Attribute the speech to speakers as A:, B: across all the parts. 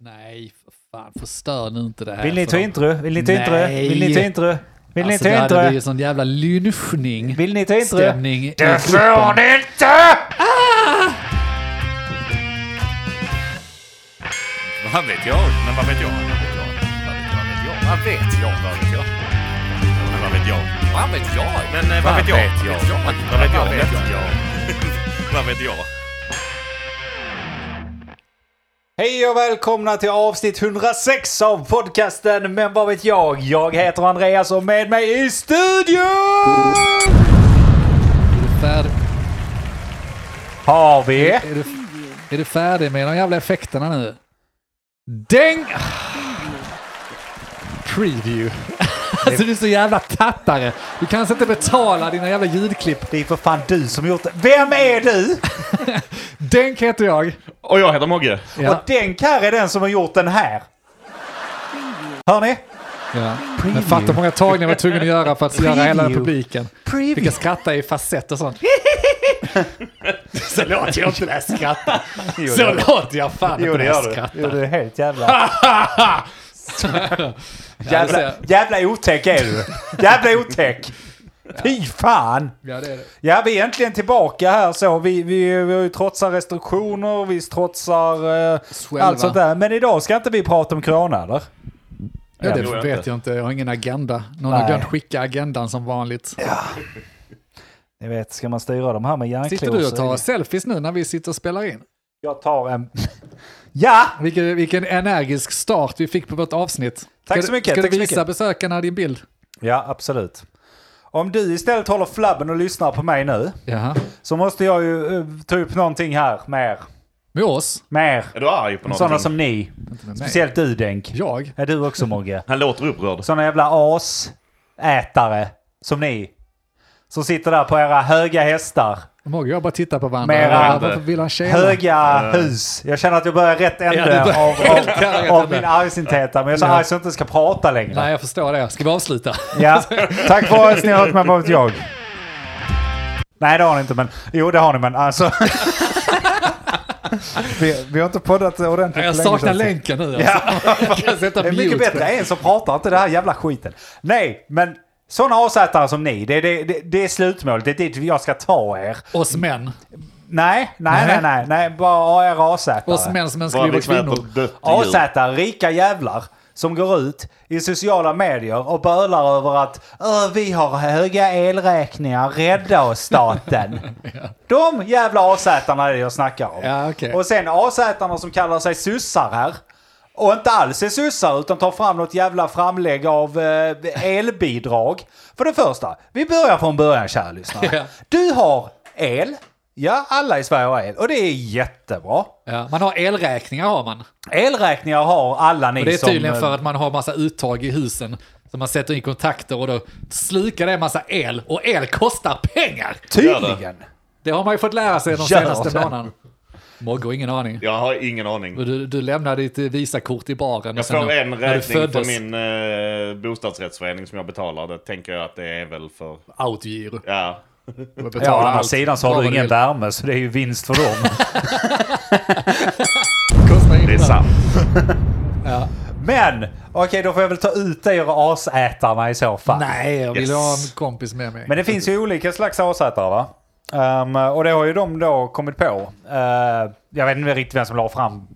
A: Nej, för fan, förstör nu inte det här.
B: Vill ni
A: för
B: ta
A: dem.
B: intro? Vill ni ta intro?
A: Nej.
B: Vill ni ta intro? Vill ni
A: Alltså,
B: ta
A: där hade vi
B: intro?
A: ju sån jävla lynchning.
B: Vill ni ta intro?
A: Stämning i
B: Det får
A: gruppen.
B: ni inte!
C: Vad vet jag? Men vad vet jag? Vad vet jag? Vad vet jag? Vad vet jag? Men vad vet jag? Vad vet jag? Men eh, vad vet jag? Vad vet jag? Vad vet jag? Vad vet jag?
B: Hej och välkomna till avsnitt 106 av podcasten Men vad vet jag? Jag heter Andreas och med mig i studion
A: Är du färdig,
B: har vi...
A: är du, är du färdig med de jävla effekterna nu? Däng! Preview. Alltså du är så jävla tattare. Du kan alltså inte betala dina jävla ljudklipp.
B: Det är för fan du som gjort det. Vem är du?
A: Denk heter jag.
C: Och jag heter Mogge.
A: Ja,
B: Och den här är den som har gjort den här. Hör ni?
A: ja. Men fatta hur många tagningar jag var tvungen att göra för att göra hela den
B: Preview.
A: publiken. Fick
B: Preview.
A: jag skratta i falsett och sånt. Så låter jag inte när jag skrattar.
B: Jo,
A: Så
B: det-
A: låter jag fan
B: Jo
A: inte
B: det
A: när jag
B: gör du. Jo
A: skrattar.
B: det är helt jävla...
A: Ja,
B: Jävla,
A: det ser
B: jävla otäck är du. Jävla otäck. Fy fan.
A: jag. Ja, det är det.
B: Ja, vi är äntligen tillbaka här så. Vi, vi, vi har ju trotsar restriktioner, vi trotsar eh,
A: Själva.
B: allt sånt där. Men idag ska inte vi prata om corona, eller?
A: Ja, det
C: tror jag
A: vet
C: inte.
A: jag inte. Jag har ingen agenda. Någon har
B: Nej.
A: glömt skicka agendan som vanligt.
B: Ni vet, ska man styra de här med järnklor
A: Sitter du och
B: så-
A: tar selfies nu när vi sitter och spelar in?
B: Jag tar en... ja!
A: Vilken, vilken energisk start vi fick på vårt avsnitt. Ska
B: Tack
A: du-
B: så mycket,
A: Ska du
B: tack så
A: visa
B: mycket.
A: besökarna din bild?
B: Ja, absolut. Om du istället håller flabben och lyssnar på mig nu
A: Jaha.
B: så måste jag ju eh, ta upp någonting här mer.
A: Med oss?
B: Mer.
C: Är du arg på
B: Sådana
C: någonting?
B: som ni.
A: Inte med mig.
B: Speciellt du, Denk.
A: Jag?
B: Är du också, Mogge?
C: Han låter upprörd.
B: Såna jävla asätare som ni. Som sitter där på era höga hästar.
A: Mogge jag bara tittar på varandra.
B: Mera-
A: Mera, Varför vill han tjäna?
B: Höga hus. Jag känner att jag börjar rätt ände
A: du börjar
B: av,
A: helt klart rätt
B: av, av
A: ände.
B: min argsintäthet. Men jag är så
A: Ja.
B: arg så jag inte ska prata längre.
A: Nej, jag förstår det. Ska vi avsluta?
B: Ja. Tack för att ni har hört mig mot jag. Nej, det har ni inte, men... Jo, det har ni, men alltså... vi, vi har inte poddat ordentligt
A: Jag
B: på
A: saknar
B: känns det.
A: länken nu. Alltså. Jag kan sätta
B: Det är mycket
A: mute på
B: bättre. En som pratar inte det här jävla skiten. Nej, men sådana avsättare som ni, det, det, det, det är slutmålet. Det är dit jag ska ta er.
A: Oss män.
B: Nej, nej, nej,
A: Nej.
B: nej. nej bara era avsättare.
A: Oss män som
C: Bara
A: önskar
C: liksom
A: skriva
C: äter
A: kvinnor.
C: dött djur.
B: Avsättare, rika jävlar. Som går ut i sociala medier och bölar över att "Ö, vi har höga elräkningar, rädda oss staten. De jävla avsättarna är det jag snackar om.
A: Ja, okej.
B: Och sen avsätarna som kallar sig sussar här. Och inte alls är sussar utan tar fram något jävla framlägg av eh, elbidrag. För det första, vi börjar från början kära lyssnare.
A: Ja.
B: Du har el. Ja, alla i Sverige har el. Och det är jättebra.
A: Ja, man har elräkningar har man.
B: Elräkningar har alla ni
A: Och det är
B: som... eh,
A: tydligen för att man har massa uttag i husen. Så man sätter in kontakter och då slukar det en massa el. Och el kostar pengar!
B: eh, Tydligen.
A: Det har man ju fått lära sig de
B: Gör
A: senaste
B: det.
A: månaderna. Mogge har ingen aning.
C: Jag har ingen aning.
A: Och Du, du lämnade ditt eh, Visakort i baren.
C: Jag
A: och sen
C: får
A: när-
C: en
A: när du
C: räkning för
A: föddes,
C: min eh, bostadsrättsförening som jag betalar. Det tänker jag att det är väl för...
A: Outgiro.
C: Ja.
A: Och
B: Ja,
A: betala
B: å andra
A: allt.
B: sidan så har
A: Dra
B: du
A: vad
B: ingen
A: vill.
B: värme så det är ju vinst för dem.
A: Kostar
C: Det är
A: ingenting.
C: sant.
A: Ja.
B: Men okej, då får jag väl ta ut er asätarna i så fall.
A: Nej, jag vill
C: Yes.
A: ha en kompis med mig.
B: Men det finns ju olika slags asätare va? Ehm, och det har ju de då kommit på. Eh, jag vet inte riktigt vem som la fram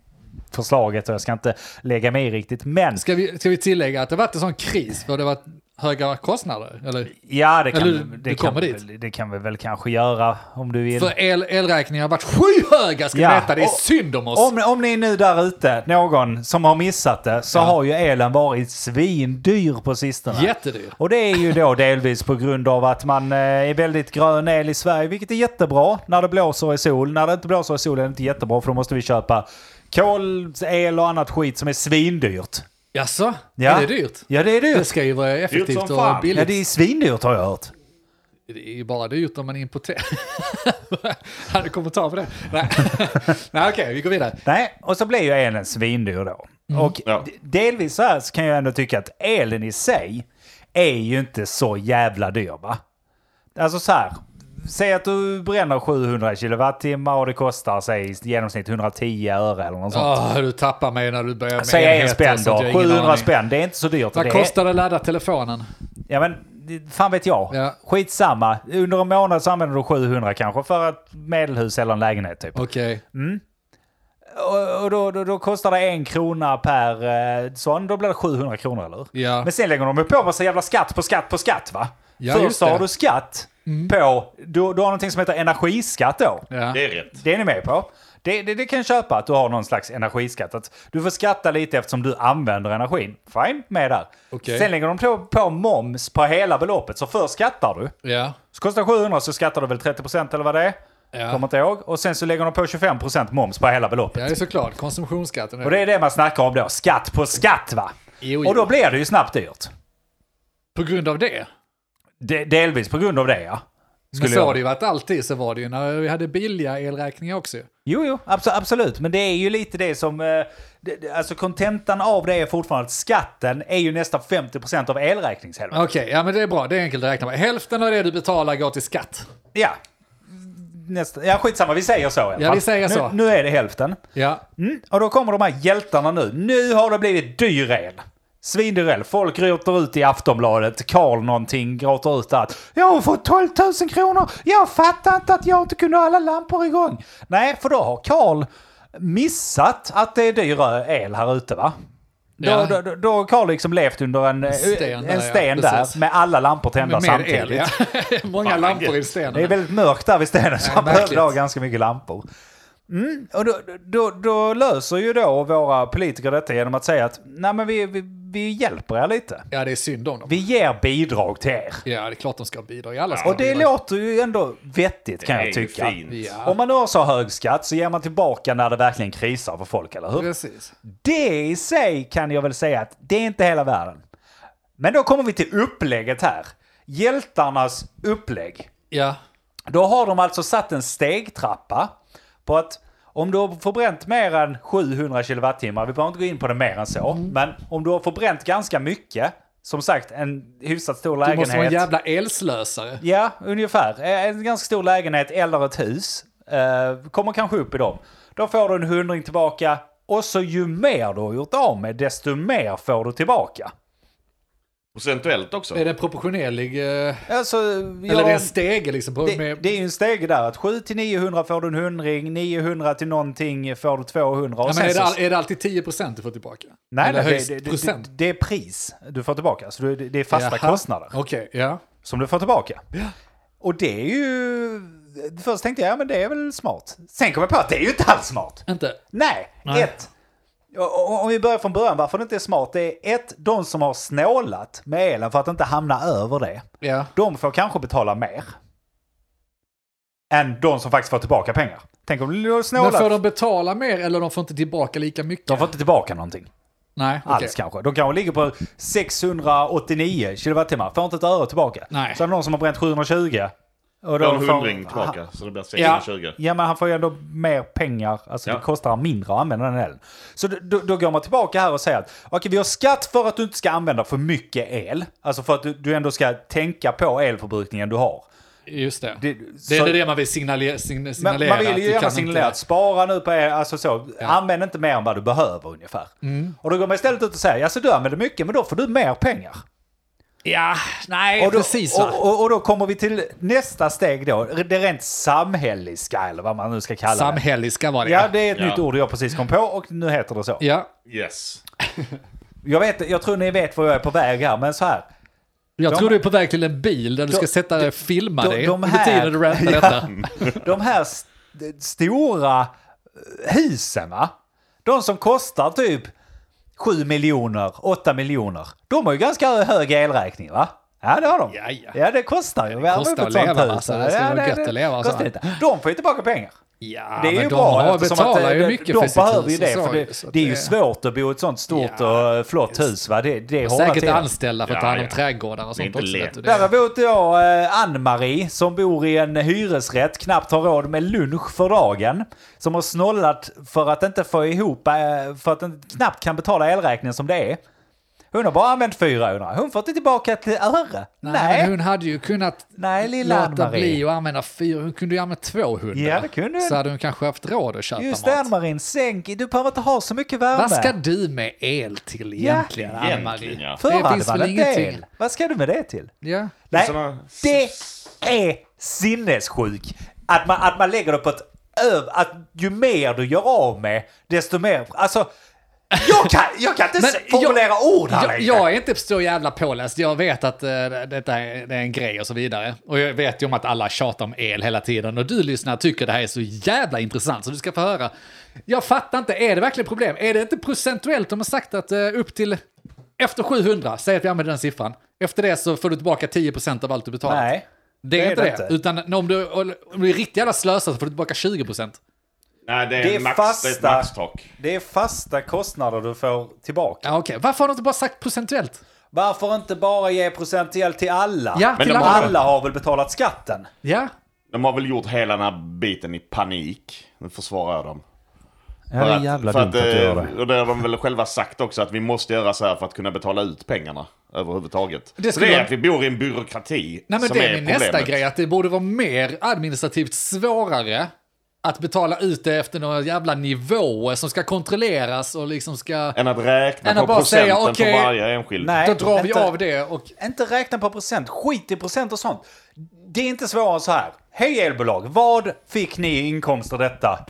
B: förslaget och jag ska inte lägga mig i riktigt. Men
A: Ska vi, ska vi tillägga att det varit en sån kris för det varit höga kostnader? Eller?
B: ja, det kan,
A: Eller
B: det,
A: du
B: kan
A: kommer
B: vi
A: dit.
B: väl, det kan vi väl kanske göra om du vill.
A: För el, elräkningar har varit skyhöga ska
B: Ja,
A: du veta. Det är
B: och-
A: synd om oss.
B: Om, om ni är nu där ute, någon som har missat det, så har ju elen varit svindyr på sistone.
A: Jättedyr.
B: Och det är ju då delvis på grund av att man eh, är väldigt grön el i Sverige, vilket är jättebra när det blåser och är sol. När det inte blåser och är sol är det inte jättebra, för då måste vi köpa kol, el och annat skit som är svindyrt.
A: Jaså?
B: Ja.
A: Är det dyrt?
B: Ja, det är
A: Det
B: dyrt.
A: ska ju vara
C: Dyrt
A: effektivt
C: som
A: och
C: fan.
B: Ja,
A: billigt.
B: det är svindyrt har jag hört.
A: Det är ju bara dyrt om man importerar. Hade du kommentar på det? Nej, Nej okej, vi går vidare.
B: Nej, och så blir ju elen svindyr då.
A: Mm.
B: Och
C: Ja.
B: d- delvis så här så kan jag ändå tycka att elen i sig är ju inte så jävla dyr va? Alltså så här, Säg att du bränner 700 kilowattimmar och det kostar säg i genomsnitt 110 öre eller något sånt.
A: Ah, du tappar mig när du börjar med
B: Säg en
A: enheter,
B: spänn
A: så att jag
B: då.
A: har ingen
B: 700
A: aning.
B: spänn. Det är inte så dyrt.
A: Vad
B: det
A: kostar det att ladda telefonen?
B: Ja men, fan vet jag.
A: Ja.
B: Skitsamma. Under en månad så använder du 700 kanske för ett medelhus eller en lägenhet typ.
A: Okej.
B: Och, och då, då, då kostar det en krona per eh, sån. Då blir det 700 kronor eller hur?
A: Ja.
B: Men sen lägger de ju på massa jävla skatt på skatt på skatt va?
A: Ja, just
B: Först har
A: det. Mm.
B: du skatt på... Du, du har någonting som heter energiskatt då.
A: Ja.
C: Det är rätt.
B: Det är ni med på. Det, det, det kan jag köpa att du har någon slags energiskatt. Att du får skatta lite eftersom du använder energin. Fine, med där.
A: Okej.
B: Sen lägger de på, på moms på hela beloppet. Så först skattar du.
A: Ja.
B: Så kostar 700 så skattar du väl 30% eller vad det är.
A: Ja.
B: Kommer inte ihåg. Och sen så lägger de på 25% moms på hela beloppet.
A: ja, det är såklart. Konsumtionsskatten.
B: Och det är det man snackar om då. Skatt på skatt va?
A: Jo, jo.
B: Och då blir det ju snabbt dyrt.
A: På grund av det.
B: De, delvis på grund av det ja.
A: Men
B: Skulle
A: så
B: jag-
A: har det ju varit alltid, så var det ju när vi hade billiga elräkningar också.
B: Jo, jo, abso- absolut. Men det är ju lite det som... eh, det- det- Alltså kontentan av det är fortfarande att skatten är ju nästan 50% av elräkningshelvetet.
A: Okej, ja men det är bra, det är enkelt att räkna med. Hälften av det du betalar går till skatt.
B: Ja. Nästa, ja, skitsamma. Vi säger så i alla
A: Ja,
B: fall.
A: vi säger
B: nu,
A: så.
B: Nu är det hälften.
A: Ja,
B: Mm, och då kommer de här hjältarna nu. Nu har det blivit dyr el. Svindyr el. Folk gråter ut i Aftonbladet. Karl någonting gråter ut att jag har fått 12 000 kronor. Jag fattar inte att jag inte kunde ha alla lampor igång. Nej, för då har Karl missat att det är dyr el här ute va? Då,
A: Ja.
B: då, då, då har Karl liksom levt under en,
A: Sten där,
B: en sten
A: ja,
B: där
A: precis.
B: med alla lampor tända
A: med mer
B: samtidigt.
A: el. Ja. Många
C: Fan,
A: lampor
C: gud.
A: i stenen.
B: Det är väldigt mörkt där vid stenen så
A: Ja,
B: han behövde
A: märkligt.
B: ha ganska mycket lampor. Mm, och då, då, då löser ju då våra politiker detta genom att säga att nej men vi, vi, vi hjälper er lite.
A: Ja, det är synd om dem.
B: Vi ger bidrag till er.
A: Ja, det är klart de ska bidra. Alla ska
B: Och det
A: bidra.
B: låter ju ändå vettigt kan
C: Det
B: jag
C: är ju
B: tycka.
C: fint.
A: Ja,
B: Om man nu har så hög skatt så ger man tillbaka när det verkligen krisar för folk, eller hur?
A: precis.
B: Det i sig kan jag väl säga att det är inte hela världen. Men då kommer vi till upplägget här. Hjältarnas upplägg.
A: Ja,
B: Då har de alltså satt en stegtrappa på att om du har förbränt mer än 700 kilowattimmar, vi behöver inte gå in på det mer än så,
A: Mm.
B: men om du har förbränt ganska mycket, som sagt en hyfsat stor
A: du måste vara en
B: lägenhet.
A: jävla elslösare.
B: Ja, ungefär. Eh, En ganska stor lägenhet eller ett hus. Eh, kommer kanske upp i dem. Då får du en hundring tillbaka och så ju mer du har gjort av med, desto mer får du tillbaka.
C: Procentuellt också.
A: Är det proportionerlig? eh,
B: Alltså,
A: Eller
B: ja,
A: det är en stege liksom? På,
B: Det,
A: med,
B: det är ju en steg där, att 7 till 900 får du en hundring, 900 till någonting får du 200. Och
A: ja, men
B: sen
A: är, det,
B: så-
A: all- är det alltid 10 procent du får tillbaka?
B: nej,
A: Eller
B: nej,
A: högst
B: det, det, det,
A: procent?
B: det är pris du får tillbaka. Så det, det är fasta
A: Jaha.
B: kostnader
A: Okej, ja.
B: som du får tillbaka. Och det är ju... Först tänkte jag, ja men det är väl smart. Sen kom jag på att det är ju inte alls smart.
A: Inte?
B: Nej,
A: Nej.
B: ett. Och- och- Om vi börjar från början, varför det inte är smart, det är ett, de som har snålat med elen för att inte hamna över det.
A: Ja.
B: De får kanske betala mer. Än de som faktiskt får tillbaka pengar. Tänk om du har
A: Men
B: snålat.
A: får
B: de...
A: de betala mer eller de får inte tillbaka lika mycket?
B: får inte tillbaka någonting.
A: Nej, okej.
B: Alls kanske. De kanske ligger på 689 kilowattimmar. Får inte ett öre tillbaka.
A: Nej.
B: Så är det någon som har bränt 720. Och
C: Du
B: då
C: har en hundring tillbaka, så det blir 620.
B: Ja, men han får ju ändå mer pengar. Alltså
C: Ja.
B: det kostar mindre att använda den elen. Så då, då, då går man tillbaka här och säger att okej, vi har skatt för att du inte ska använda för mycket el. Alltså för att du, du ändå ska tänka på elförbrukningen du har.
A: Just det.
B: Det-
A: Det,
B: så-
A: är det man vill signalera. Sign,
B: Men
A: signalera
B: man vill
A: att
B: ju
A: du
B: gärna
A: kan
B: signalera att
A: Inte,
B: spara nu på er, alltså så, använd inte mer än vad du behöver ungefär.
A: Mm.
B: Och då går man istället ut och säger, alltså du använder mycket, men då får du mer pengar.
A: ja, nej,
B: och, då,
A: precis va?
B: och, och, och då kommer vi till nästa steg då, det rent samhälleliska, eller vad man nu ska kalla det.
A: Samhälliska var det.
B: Ja, det är ett
C: Ja.
B: nytt ord jag precis kom på och nu heter det så.
A: ja.
C: Yes.
B: Jag, vet, jag tror ni vet var jag är på väg här, men så här.
A: Jag
B: De-
A: tror du är på väg till en bil där du ska
B: De-
A: sätta dig och filma
B: de-
A: dig
B: de
A: under
B: här-
A: tiden du rantar
B: Ja.
A: detta.
B: De här st- stora eh, husen, va? De som kostar typ 7 miljoner, 8 miljoner. De har ju ganska hög elräkning, va? Ja, det har de.
A: Ja, ja.
B: det kostar ju. Det
A: kostar att leva, alltså. Det skulle vara gött att leva och så.
B: kostar inte. De får ju tillbaka pengar.
A: Ja,
B: det är
A: men de
B: ju bra
A: har,
B: eftersom att,
A: betalar
B: eh,
A: ju
B: de-
A: mycket
B: de
A: för sitt
B: behöver ju
A: hus
B: det.
A: och
B: För
A: så,
B: det,
A: så att
B: det är ju
A: det-
B: svårt att bo i ett sånt stort
A: Ja,
B: och flott hus. Va? Det, det är hårda
A: Säkert
B: tider.
A: anställda för att ta
C: Ja,
A: hand om
C: ja.
A: trädgårdar och
C: Det är
A: sånt
C: inte
A: också.
C: lätt.
A: vet du. Det-
B: Däremot jag eh, Ann-Marie som bor i en hyresrätt, knappt har råd med lunch för dagen. Som har snålat för att inte få ihop, eh, för att den knappt kan betala elräkningen som det är. Hon har bara använt 400. Hon får inte tillbaka ett öre.
A: Nej,
B: Nej.
A: Men hon hade ju kunnat
B: Nej, lilla
A: låta
B: Ann-Marie.
A: bli att använda fyra. Hon kunde ju använda 200.
B: Ja, det kunde hon.
A: Så hade hon kanske haft råd att köpa
B: Just det,
A: mat.
B: Ann-Marie. Sänk. Du behöver inte ha så mycket värme.
A: Vad ska du med el till egentligen,
B: Ja,
A: Ann-Marie?
C: egentligen, ja.
B: Förr
A: Det
B: hade
A: finns
B: man
A: väl
B: inte
A: ingenting?
B: el. Vad ska du med det till?
A: Ja.
B: Nej,
C: såna-
B: det är sinnessjuk. Att man, att man lägger det på ett öv... Att ju mer du gör av med, desto mer... Alltså, jag kan, jag kan inte
A: Men
B: s- formulera
A: jag-
B: ord här
A: Jag,
B: längre.
A: jag är inte så jävla påläst. Jag vet att eh, detta är, det är en grej och så vidare. Och jag vet ju om att alla tjatar om el hela tiden. Och du lyssnar tycker det här är så jävla intressant så du ska få höra. Jag fattar inte, är det verkligen problem? Är det inte procentuellt de har sagt att eh, upp till efter 700, säg att vi använder den siffran. Efter det så får du tillbaka 10% av allt du betalat.
B: Nej.
A: det är, inte det. Utan om du, om du är riktigt jävla slösar så får du tillbaka 20%.
C: Nej, det är,
B: Det är
C: max, Det är ett
B: fasta.
C: maxtak.
B: Det är fasta kostnader du får tillbaka.
A: Ja, okej. Varför har de inte bara sagt procentuellt?
B: Varför inte bara ge procentuellt till alla?
A: Ja,
C: Men
A: till
C: de
A: alla.
C: har-
B: Alla har väl betalat skatten?
A: Ja,
C: De har väl gjort hela den här biten i panik. Nu försvarar jag dem.
B: Ja, det är jävla dumt att,
C: eh,
B: göra det.
C: Och det har de väl själva sagt också, att vi måste göra så här för att kunna betala ut pengarna överhuvudtaget.
A: Det
C: Det,
A: skulle
C: det är
A: jag-
C: att vi bor i en byråkrati
A: Nej, men
C: som
A: det är
C: är
A: min
C: problemet.
A: nästa grej, att det borde vara mer administrativt svårare att betala ut det efter några jävla nivåer som ska kontrolleras och liksom ska...
C: Än att räkna
A: Än att
C: på
A: bara säga,
C: procenten
A: okej.
C: för varje enskild.
B: Nej.
A: Då drar vi
B: inte-
A: av det och...
B: Inte räkna på procent, skit i procent och sånt. Det är inte svårare än så här. Hej elbolag, vad fick ni i inkomster detta?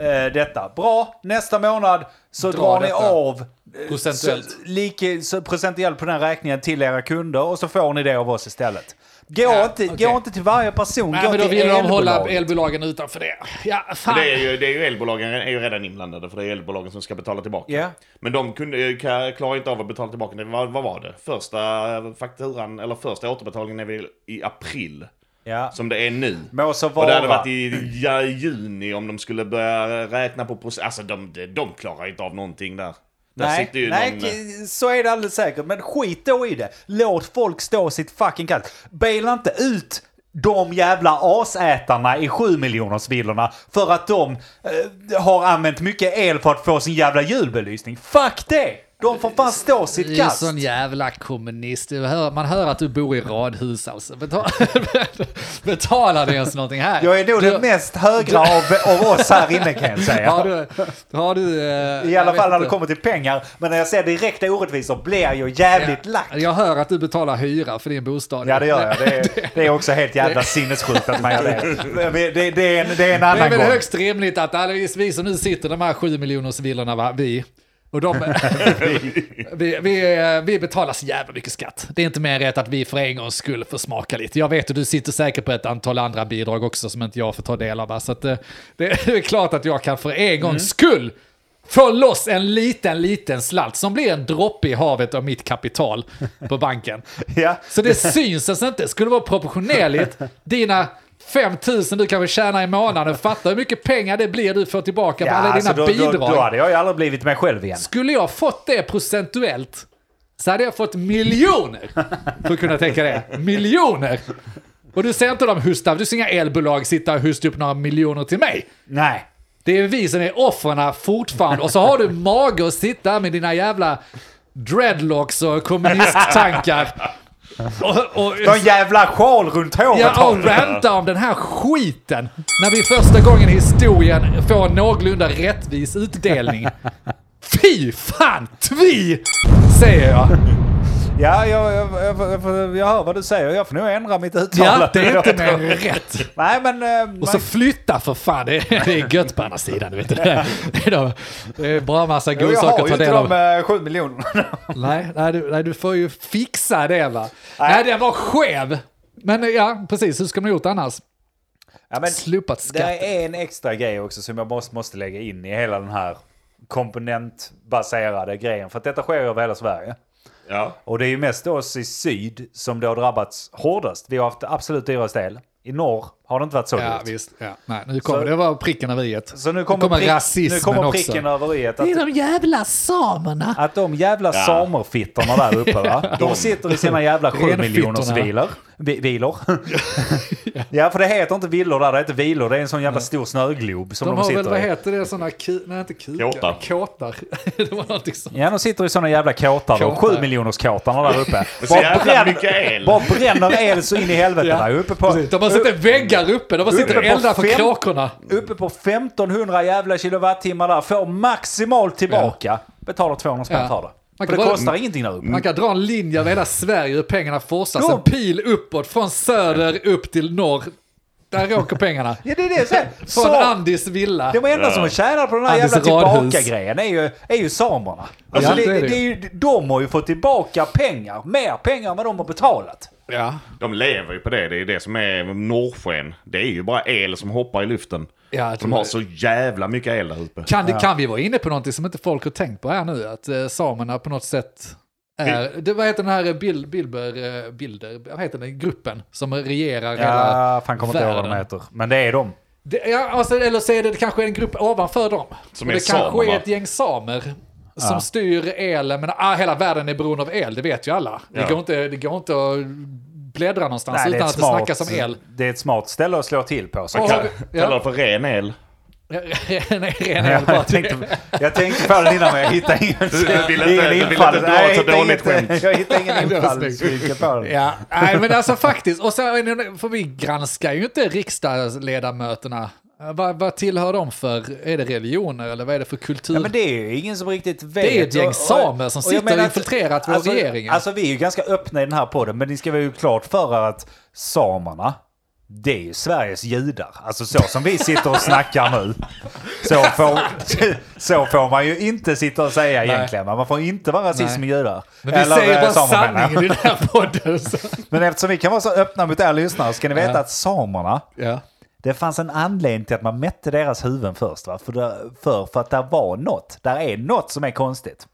B: Eh, detta. Bra, nästa månad så
A: Dra
B: drar ni
A: detta.
B: av eh,
A: Procentuellt.
B: Så, like, så procentuellt på den räkningen till era kunder och så får ni det av oss istället. Gå,
A: Ja,
B: inte,
A: okej.
B: gå inte till varje person,
A: Nej,
B: gå
A: men då
B: till
A: vill de hålla
B: elbolaget.
A: elbolagen utanför det. Ja, fan.
C: För det är ju, det är ju elbolagen är ju redan inblandade, för det är elbolagen som ska betala tillbaka.
B: Ja.
C: Men de kunde, ka- klarar inte av att betala tillbaka. Det- Vad, vad var det? Första eh, fakturan, eller första återbetalningen är väl i april?
B: Ja.
C: Som det är nu.
B: Må så
C: Och det
B: vara.
C: hade varit i ja, juni om de skulle börja räkna på procent. Alltså de, de klarar inte av någonting där. Där
B: Nej,
C: sitter ju
B: nej
C: någon... eh,
B: k- så är det alldeles säkert. Men skit då i det. Låt folk stå sitt fucking kast. Baila inte ut de jävla asätarna i 7 miljoners villorna för att de eh, har använt mycket el för att få sin jävla julbelysning. Fuck det! De får fan stå sitt
A: Du är
B: kast.
A: sån jävla kommunist. Du hör, man hör att du bor i radhus alltså. Betala, betalar du ens någonting här?
B: Jag är nog
A: Du-
B: den mest högra av, av oss här inne kan jag säga.
A: Har du... Har du eh,
B: I
A: jag
B: alla
A: vet
B: fall när det
A: inte.
B: kommer till pengar. Men när jag ser direkta orättvisor blir jag jävligt
A: Ja.
B: lack.
A: Jag hör att du betalar hyra för din bostad.
B: Ja, det gör jag. Det är, det är också helt jävla sinnessjukt att man gör det. Det, det, det, är, en, det är en
A: Det är
B: annan
A: väl
B: gång.
A: högst rimligt att alla vi- vi som nu sitter, de här sju miljoners villorna, va? vi, och de, vi, vi, eh, vi betalar så jävla mycket skatt. Det är inte mer rätt att vi för en gångs skull får smaka lite. Jag vet att du sitter säkert på ett antal andra bidrag också som inte jag får ta del av. va? Så att, eh, det är klart att jag kan för en
B: Mm.
A: gångs skull få loss en liten, liten slant som blir en droppe i havet av mitt kapital på banken.
B: Ja.
A: Så det syns alltså inte. Skulle det vara proportionerligt, dina 5 000 du kanske tjänar i månaden, fatta hur mycket pengar det blir du får tillbaka
B: Ja,
A: på alla dina
B: alltså, då,
A: bidrag.
B: Då, då hade jag ju aldrig blivit mig själv igen.
A: Skulle jag fått det procentuellt så hade jag fått miljoner för att kunna täcka det. Miljoner! Och du ser inte de husta, du ser inga elbolag sitta och hosta upp några miljoner till mig.
B: Nej.
A: Det är vi som är offren fortfarande. Och så har du mage att sitta med dina jävla dreadlocks och kommunisttankar. Och, och,
B: Någon jävla sjal runt håret
A: Ja,
B: har
A: och
B: du.
A: ranta om den här skiten. När vi första gången i historien får en någorlunda rättvis utdelning. Fy fan, tvi! Säger jag.
B: Ja, jag, jag, jag, jag, jag hör vad du säger. Jag får nog ändra mitt
A: Ja,
B: uttalande.
A: det är inte mer än rätt.
B: Nej, men... eh,
A: Och
B: Man,
A: så flytta för fan, det är, det är gött på andra sidan. Du vet. Det är- det är de- det är bra massa
B: jo, jag
A: godsaker att
B: har ju
A: ta
B: inte
A: del av.
B: de eh, sju miljonerna.
A: Nej, nej, du, nej, du får ju fixa det va. Nej, den var skev. Men eh, ja, precis, hur ska man gjort annars?
B: Ja, men
A: Slopat
B: det
A: skatt.
B: är en extra grej också som jag måste, måste lägga in i hela den här komponentbaserade grejen. För att detta sker ju över hela Sverige.
C: Ja.
B: Och det är ju mest oss i syd som då drabbats hårdast. Vi har haft absolut dyrast el. I norr har Har det inte varit så
A: Ja,
B: dyrt?
A: visst. Ja. Nej, nu kommer
B: Så-
A: det vara pricken över i
B: Så nu kommer,
A: Nu kommer
B: prick-
A: rasismen
B: nu kommer
A: också.
B: pricken över i att,
A: de jävla samerna.
B: att de jävla
C: Ja.
B: samerfittorna där uppe va? De sitter i sina jävla
A: Renfittorna.
B: 7 miljoners vilor. Vi, vilor. ja för det heter inte villor där, det heter vilor. Det är en sån jävla stor snöglob som
A: De
B: de,
A: har väl,
B: sitter
A: vad
B: i.
A: heter det, sådana ku... Nej, inte kukar.
C: Kåtar.
A: Kåtar. det var någonting sånt.
B: Ja, de sitter i såna jävla kåtar. De
A: Kåtar.
B: 7 miljoners kåtarna där uppe.
C: så jävla mycket el.
B: bara bränner el så in i helvete
A: Ja,
B: där uppe på...
A: De har sett väggar uppe, de har sett
B: Uppe på
A: eldar för
B: fem-
A: kråkorna.
B: Uppe på 1500 jävla kilowattimmar där. Får maximalt tillbaka. Betalar 200 spänn
A: Ja.
B: för det.
A: Man kan
B: För
A: Mm.
B: det
A: bara-
B: kostar ingenting där uppe.
A: Man kan dra en linje över hela Sverige hur pengarna forsas.
B: Jo.
A: En pil uppåt, från söder upp till norr. Där åker pengarna.
B: Ja, det är det. Så,
A: Från
B: så,
A: Andis villa.
B: det var enda som tjänar på den här
A: Anders
B: jävla
A: radhus.
B: tillbaka-grejen är ju, är ju samerna. Alltså,
A: Ja,
B: det,
A: det är
B: det,
A: det.
B: är ju, de har ju fått tillbaka pengar, mer pengar än vad de har betalat.
A: Ja,
C: De lever ju på det. Det är ju det som är norrsken. Det är ju bara el som hoppar i luften.
A: Ja, jag tror
C: de har
A: det.
C: så jävla mycket el där uppe.
A: Kan, det, kan vi vara inne på någonting som inte folk har tänkt på här nu? Att eh, samerna på något sätt är... Det, vad heter den här Bil, Bilber, eh, Bilder, vad heter den gruppen som regerar hela
B: Ja, fan kommer inte ihåg vad de
A: världen?
B: heter. Men det är de.
A: Det, ja, alltså, eller så är det kanske en grupp ovanför dem.
C: Som
A: Och
C: är
A: det kanske
C: samer, va?
A: är ett gäng samer som styr elen. Men ah, hela världen är beroende av el, det vet ju alla.
C: Ja.
A: Det, går inte, det går inte att bläddra någonstans
B: Nej,
A: Alltså, utan
B: ett
A: att det snackas om el.
B: det är ett smart ställe att slå till på. Så
A: Och
B: kan-
A: har vi- ja.
C: Kallar det för ren el.
A: Nej, ren el bara
B: Jag
A: till
B: tänkte, jag tänkte på det innan men jag hittade ingen,
C: du vill inte-
B: ingen
C: du vill inte
B: infall.
C: dra
B: Nej,
C: ett så
B: hittade
C: dåligt
B: inget-
C: skämt.
B: Jag hittade ingen
A: Det var
B: infallsvinkel på den.
A: Ja, nej men alltså faktiskt. Och sen, för vi granskar ju inte riksdagsledamöterna. Eh, Vad, vad tillhör de för, är det religioner eller vad är det för kultur?
B: Ja, men det är ju ingen som riktigt vet.
A: Det är ett gäng
B: Och- och-
A: samer som
B: och jag
A: sitter och
B: menar att-
A: infiltrerat vår
B: alltså,
A: regering.
B: Alltså vi är ju ganska öppna i den här podden, men ni ska vara ju klart för er att samerna, det är ju Sveriges judar. Alltså så som vi sitter och snackar nu. Så får, så får man ju inte sitta och säga egentligen. va? Man får inte vara rasist
A: Nej.
B: med judar.
A: men vi
B: Eller, eh,
A: säger bara
B: samer, menar jag.
A: sanningen i den här podden. Så.
B: Men eftersom vi kan vara så öppna mot er lyssnare ska ni veta
A: Ja.
B: att samerna,
A: Ja.
B: det fanns en anledning till att man mätte deras huvuden först. Va? För, det, för, för att där var något. Där är något som är konstigt.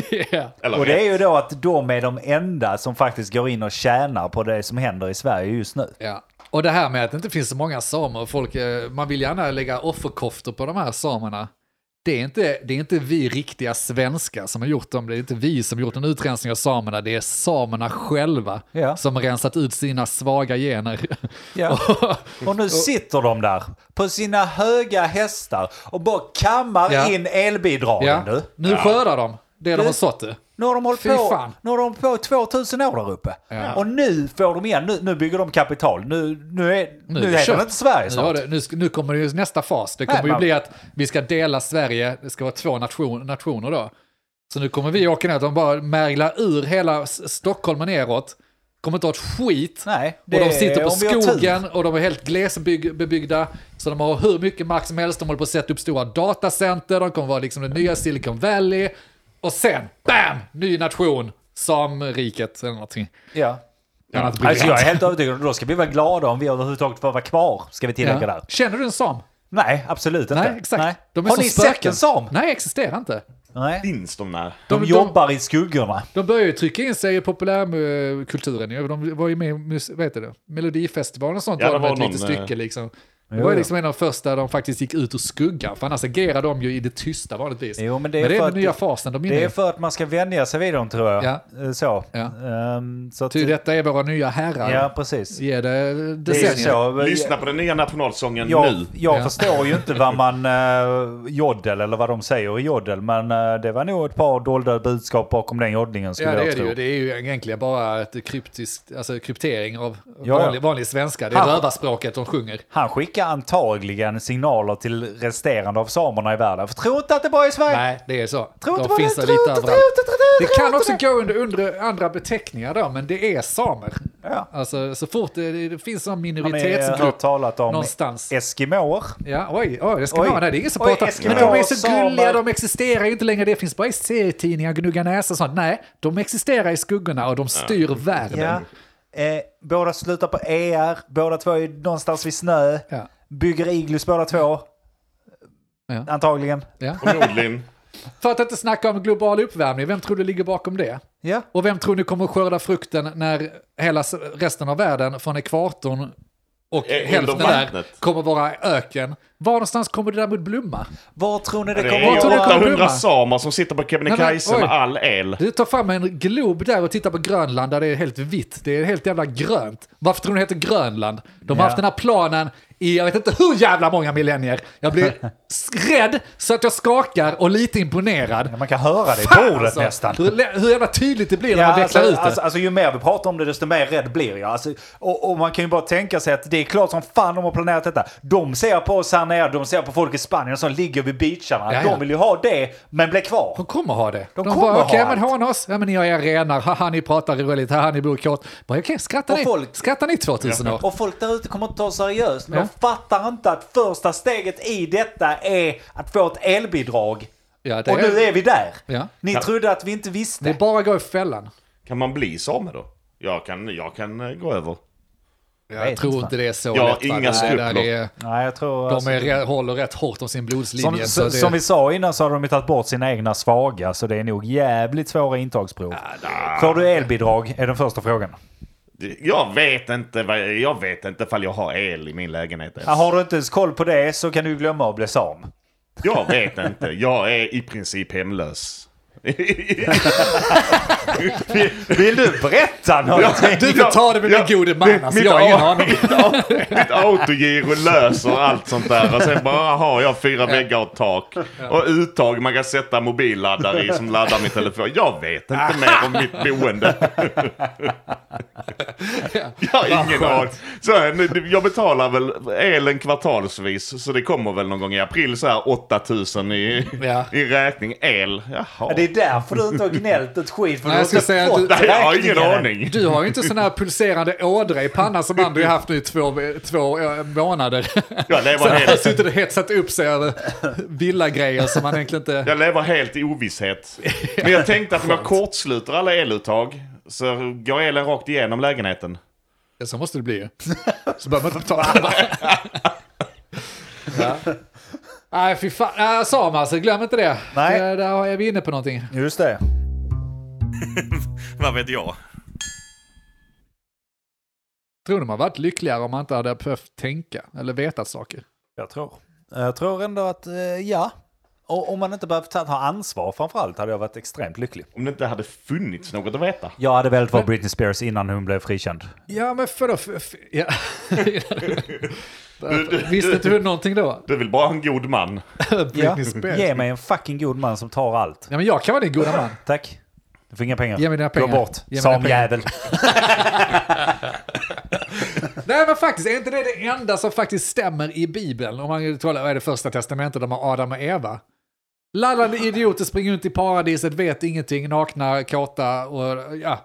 A: Ja.
C: Eller
B: Och
C: ren.
B: det är ju då att de är de enda som faktiskt går in och tjänar på det som händer i Sverige just nu.
A: Ja. Och det här med att det inte finns så många samer, och folk, eh, man vill gärna lägga offerkoftor på de här samerna. Det är, inte, det är inte vi riktiga svenskar som har gjort dem, det är inte vi som gjort en utrensning av samerna, det är samerna själva
B: Ja.
A: som har rensat ut sina svaga gener.
B: Och nu sitter de där på sina höga hästar och bara kammar
A: Ja.
B: in elbidragen
A: Ja,
B: du.
A: nu skördar de det de
B: Du-
A: har sått. du.
B: Nu har de hållit
A: Fy
B: på,
A: fan.
B: nu har de hållit på 2000 år där uppe. Och nu får de igen, nu, nu bygger de kapital. Nu, nu, är, nu,
A: är det
B: heter
A: kört.
B: det inte Sverige
A: Nu, har
B: snart.
A: det, nu, ska- nu kommer det ju nästa fas. Det kommer
B: Nej,
A: ju
B: man-
A: bli att vi ska dela Sverige, det ska vara två nation, nationer då. Så nu kommer vi åka ner, de bara märglar ur hela S- Stockholm och neråt. Kommer inte åt skit.
B: Nej,
A: och de sitter
B: är
A: på
B: om vi har tur.
A: skogen och de är helt glesbebyggda. Så de har hur mycket mark som helst, de håller på att sätta upp stora datacenter, de kommer vara liksom den nya Silicon Valley. Och sen, BAM! Ny nation, Samriket eller någonting.
B: Ja.
A: Annat
B: Alltså jag är
A: briljant.
B: helt övertygad om då ska vi vara glada om vi överhuvudtaget får vara kvar, ska vi tillägga där.
A: Känner du en sam?
B: Nej, absolut inte.
A: Nej, exakt. De är
B: Har
A: som
B: ni
A: spöken.
B: sett en sam?
A: Nej, existerar inte.
B: Nej.
C: Finns de där?
B: De,
A: de-
B: jobbar i skuggorna.
A: De börjar ju trycka in sig i populärkulturen. ju. De var ju med i mus- vad heter det? Melodifestivalen och sånt.
C: Ja,
A: var
C: det
A: de
C: var
A: ett litet
C: någon, eh,
A: stycke liksom. Det var ju liksom en av de första de faktiskt gick ut ur skuggan. För annars agerar de ju i det tysta vanligtvis.
B: Jo, men det är
A: men det
B: för
A: är
B: att
A: den nya
B: det-
A: fasen de är
B: Det
A: inne
B: är
A: i.
B: för att man ska vänja sig vid dem tror jag.
A: Ja.
B: Eh, Så.
A: Ja.
B: Ehm, så att,
A: Ty detta är våra nya herrar.
B: ja, precis.
A: Ge det
B: Det är ju
A: decennier.
B: så.
C: Lyssna på den nya nationalsången
B: Jag,
C: nu.
B: jag
A: Ja.
B: förstår ju inte vad man uh, joddel eller vad de säger i joddel. Men eh, det var nog ett par dolda budskap bakom den joddlingen skulle
A: Ja, det
B: jag
A: är det
B: tro.
A: ju. Det är ju egentligen bara ett kryptiskt, alltså kryptering av
B: Ja, ja.
A: vanlig, vanlig svenska. Det är
B: Han-
A: rövarspråket de sjunger.
B: Han skickar antagligen signaler till resterande av samerna i världen. För tro inte att det bara är i Sverige.
A: Nej, det är så.
B: Tro inte
A: de
B: på
A: finns
B: det,
A: där
B: tro
A: lite
B: inte, tro
A: överallt.
B: inte, tro inte,
A: Det
B: tro
A: kan
B: inte
A: också
B: det.
A: gå under, under andra beteckningar då, men det är samer.
B: Ja.
A: Alltså så fort det, det finns någon
B: Har ni eh,
A: minoritetsgrupp
B: hört talat om
A: någonstans.
B: eskimåer?
A: Ja, oj, oj, det ska
B: Oj.
A: man ha. Nej, det är ingen som
B: Oj,
A: pratar.
B: Eskimo,
A: Men de är så
B: samer.
A: gulliga, de existerar ju inte längre. Det finns bara i serietidningar, gnugga näsa och sånt. Nej, de existerar i skuggorna och de styr världen.
B: Ja. Eh, båda slutar på ER, båda två är någonstans vid snö.
A: Ja.
B: Bygger iglus båda två.
A: Ja.
B: Antagligen.
C: Förmodligen.
A: För att inte snacka om global uppvärmning, vem tror du ligger bakom det?
B: Ja.
A: Och vem tror ni kommer skörda frukten när hela s- resten av världen från ekvatorn Och
D: Eh,
A: hälften
D: under
A: där
D: vattnet.
A: kommer vara öken. Var någonstans kommer det däremot blomma?
B: Var tror ni det
D: Det
B: kommer
A: Vad tror du
D: är
A: kommer blomma?
D: 800 samer som sitter på Kebnekaise
A: Nej, men,
D: med
A: oj.
D: all el.
A: Du tar fram en glob där och tittar på Grönland där det är helt vitt. Det är helt jävla grönt. Varför tror du det heter Grönland? De har
B: Ja.
A: haft den här planen i jag vet inte hur jävla många millennier. Jag blir s- rädd så att jag skakar och lite imponerad.
B: Man kan höra det i
A: Fan,
B: bordet
A: alltså.
B: nästan.
A: Hur, lä- hur jävla tydligt det blir när
B: Ja,
A: man
B: alltså,
A: vecklar ut det.
B: alltså, alltså, ju mer vi pratar om det, desto mer rädd blir jag. Alltså, och, och man kan ju bara tänka sig att det är klart som fan de har planerat detta. De ser på oss här nere, de ser på folk i Spanien som ligger vid beacharna.
A: Ja, ja.
B: De vill ju ha det, men bli kvar.
A: De kommer ha det. De,
B: kommer
A: bara,
B: ha
A: okej men
B: allt."
A: Hanos, ja men ni har era renar, haha ni pratar roligt, haha ni bor kort. Bara, Okej, skrattar
B: Och
A: ni,
B: folk-
A: skrattar ni 2000 år?
B: Och folk där ute kommer inte ta seriöst, men
A: Ja.
B: de fattar inte att första steget i detta är att få ett elbidrag.
A: Ja, det
B: Och nu är vi där.
A: Ja.
B: Ni trodde att vi inte
A: Det
B: visste.
A: är bara att gå i fällan.
D: Kan man bli same då? Jag kan, jag kan eh, gå över.
A: Jag,
B: vet
A: tror
B: inte,
A: inte det är så
D: Jag har
A: lätt. va?
D: inga
A: Nej, där
D: skrupler.
A: är-
B: Nej, jag tror...
A: De
B: alltså-
A: är, re- håller rätt hårt om sin blodslinje. så
B: Som,
A: det,
B: som vi sa innan så har de ju tagit bort sina egna svaga, så det är nog jävligt svåra intagsprov. Får du elbidrag? Är den första frågan.
D: Det- Jag vet inte vad, jag vet inte ifall jag har el i min lägenhet ens.
B: Ja, har du inte ens koll på det så kan du ju glömma att bli sam.
D: Jag vet inte. Jag är i princip hemlös.
B: Vill du berätta någonting?
A: Du får ta det med din gode man, alltså, jag har ingen aning.
D: Mitt autogiro löser allt sånt där. Och sen bara har jag fyra väggar och tak. Och uttag man kan sätta mobilladdare i som laddar min telefon. Jag vet inte mer om mitt boende. Jag har ingen aning. Så här, nu- jag betalar väl elen kvartalsvis. Så det kommer väl någon gång i april så här 8000 i,
A: Ja.
D: i räkning. El, jaha.
B: Ja, Det är därför du inte har gnällt ett skit, för
A: Nej,
B: du har
A: jag ska
B: inte
A: säga
B: fått
A: att
D: Nej, jag har ingen
B: räkningen än.
D: aning.
A: du har ju inte sån här pulserande ådra i pannan som Andrew har haft nu i två, två eh, månader.
D: Jag
A: Så
D: lever,
A: han har
D: helt,
A: suttit och hetsat upp sig över villagrejer som han egentligen inte...
D: jag lever helt i ovisshet. Men jag tänkte att om jag kortsluter alla eluttag så går elen rakt igenom lägenheten.
A: Så måste det bli ju. Så behöver man inte betala. ja. Nej, fy fan. Äh, Sam alltså, glöm inte det.
B: Nej.
A: Det- Där är vi inne på någonting.
B: Just det.
C: Vad vet jag?
A: Tror ni man varit lyckligare om man inte hade behövt tänka eller vetat saker?
B: Jag tror. Jag tror ändå att, eh, ja. Och om man inte behövt ta- ha ansvar framförallt hade jag varit extremt lycklig.
D: Om det inte hade funnits något att veta.
B: Jag hade velat vara Britney Spears innan hon blev frikänd.
A: Ja, men för då... F- f- ja. Visste inte du någonting då?
D: Du vill bara ha en god man.
A: Britney Spears.
B: Ge mig en fucking god man som tar allt.
A: Ja, men jag kan vara din goda man.
B: Tack. Du får inga pengar.
A: Ge mig dina pengar.
B: Gå bort.
A: Ge mig dina pengar.
B: Samjävel.
A: Nej, men faktiskt, är inte det det enda som faktiskt stämmer i Bibeln? Om man kollar, vad är det första testamentet? De har Adam och Eva. Lallande idioter springer runt i paradiset, vet ingenting, nakna, kåta och ja,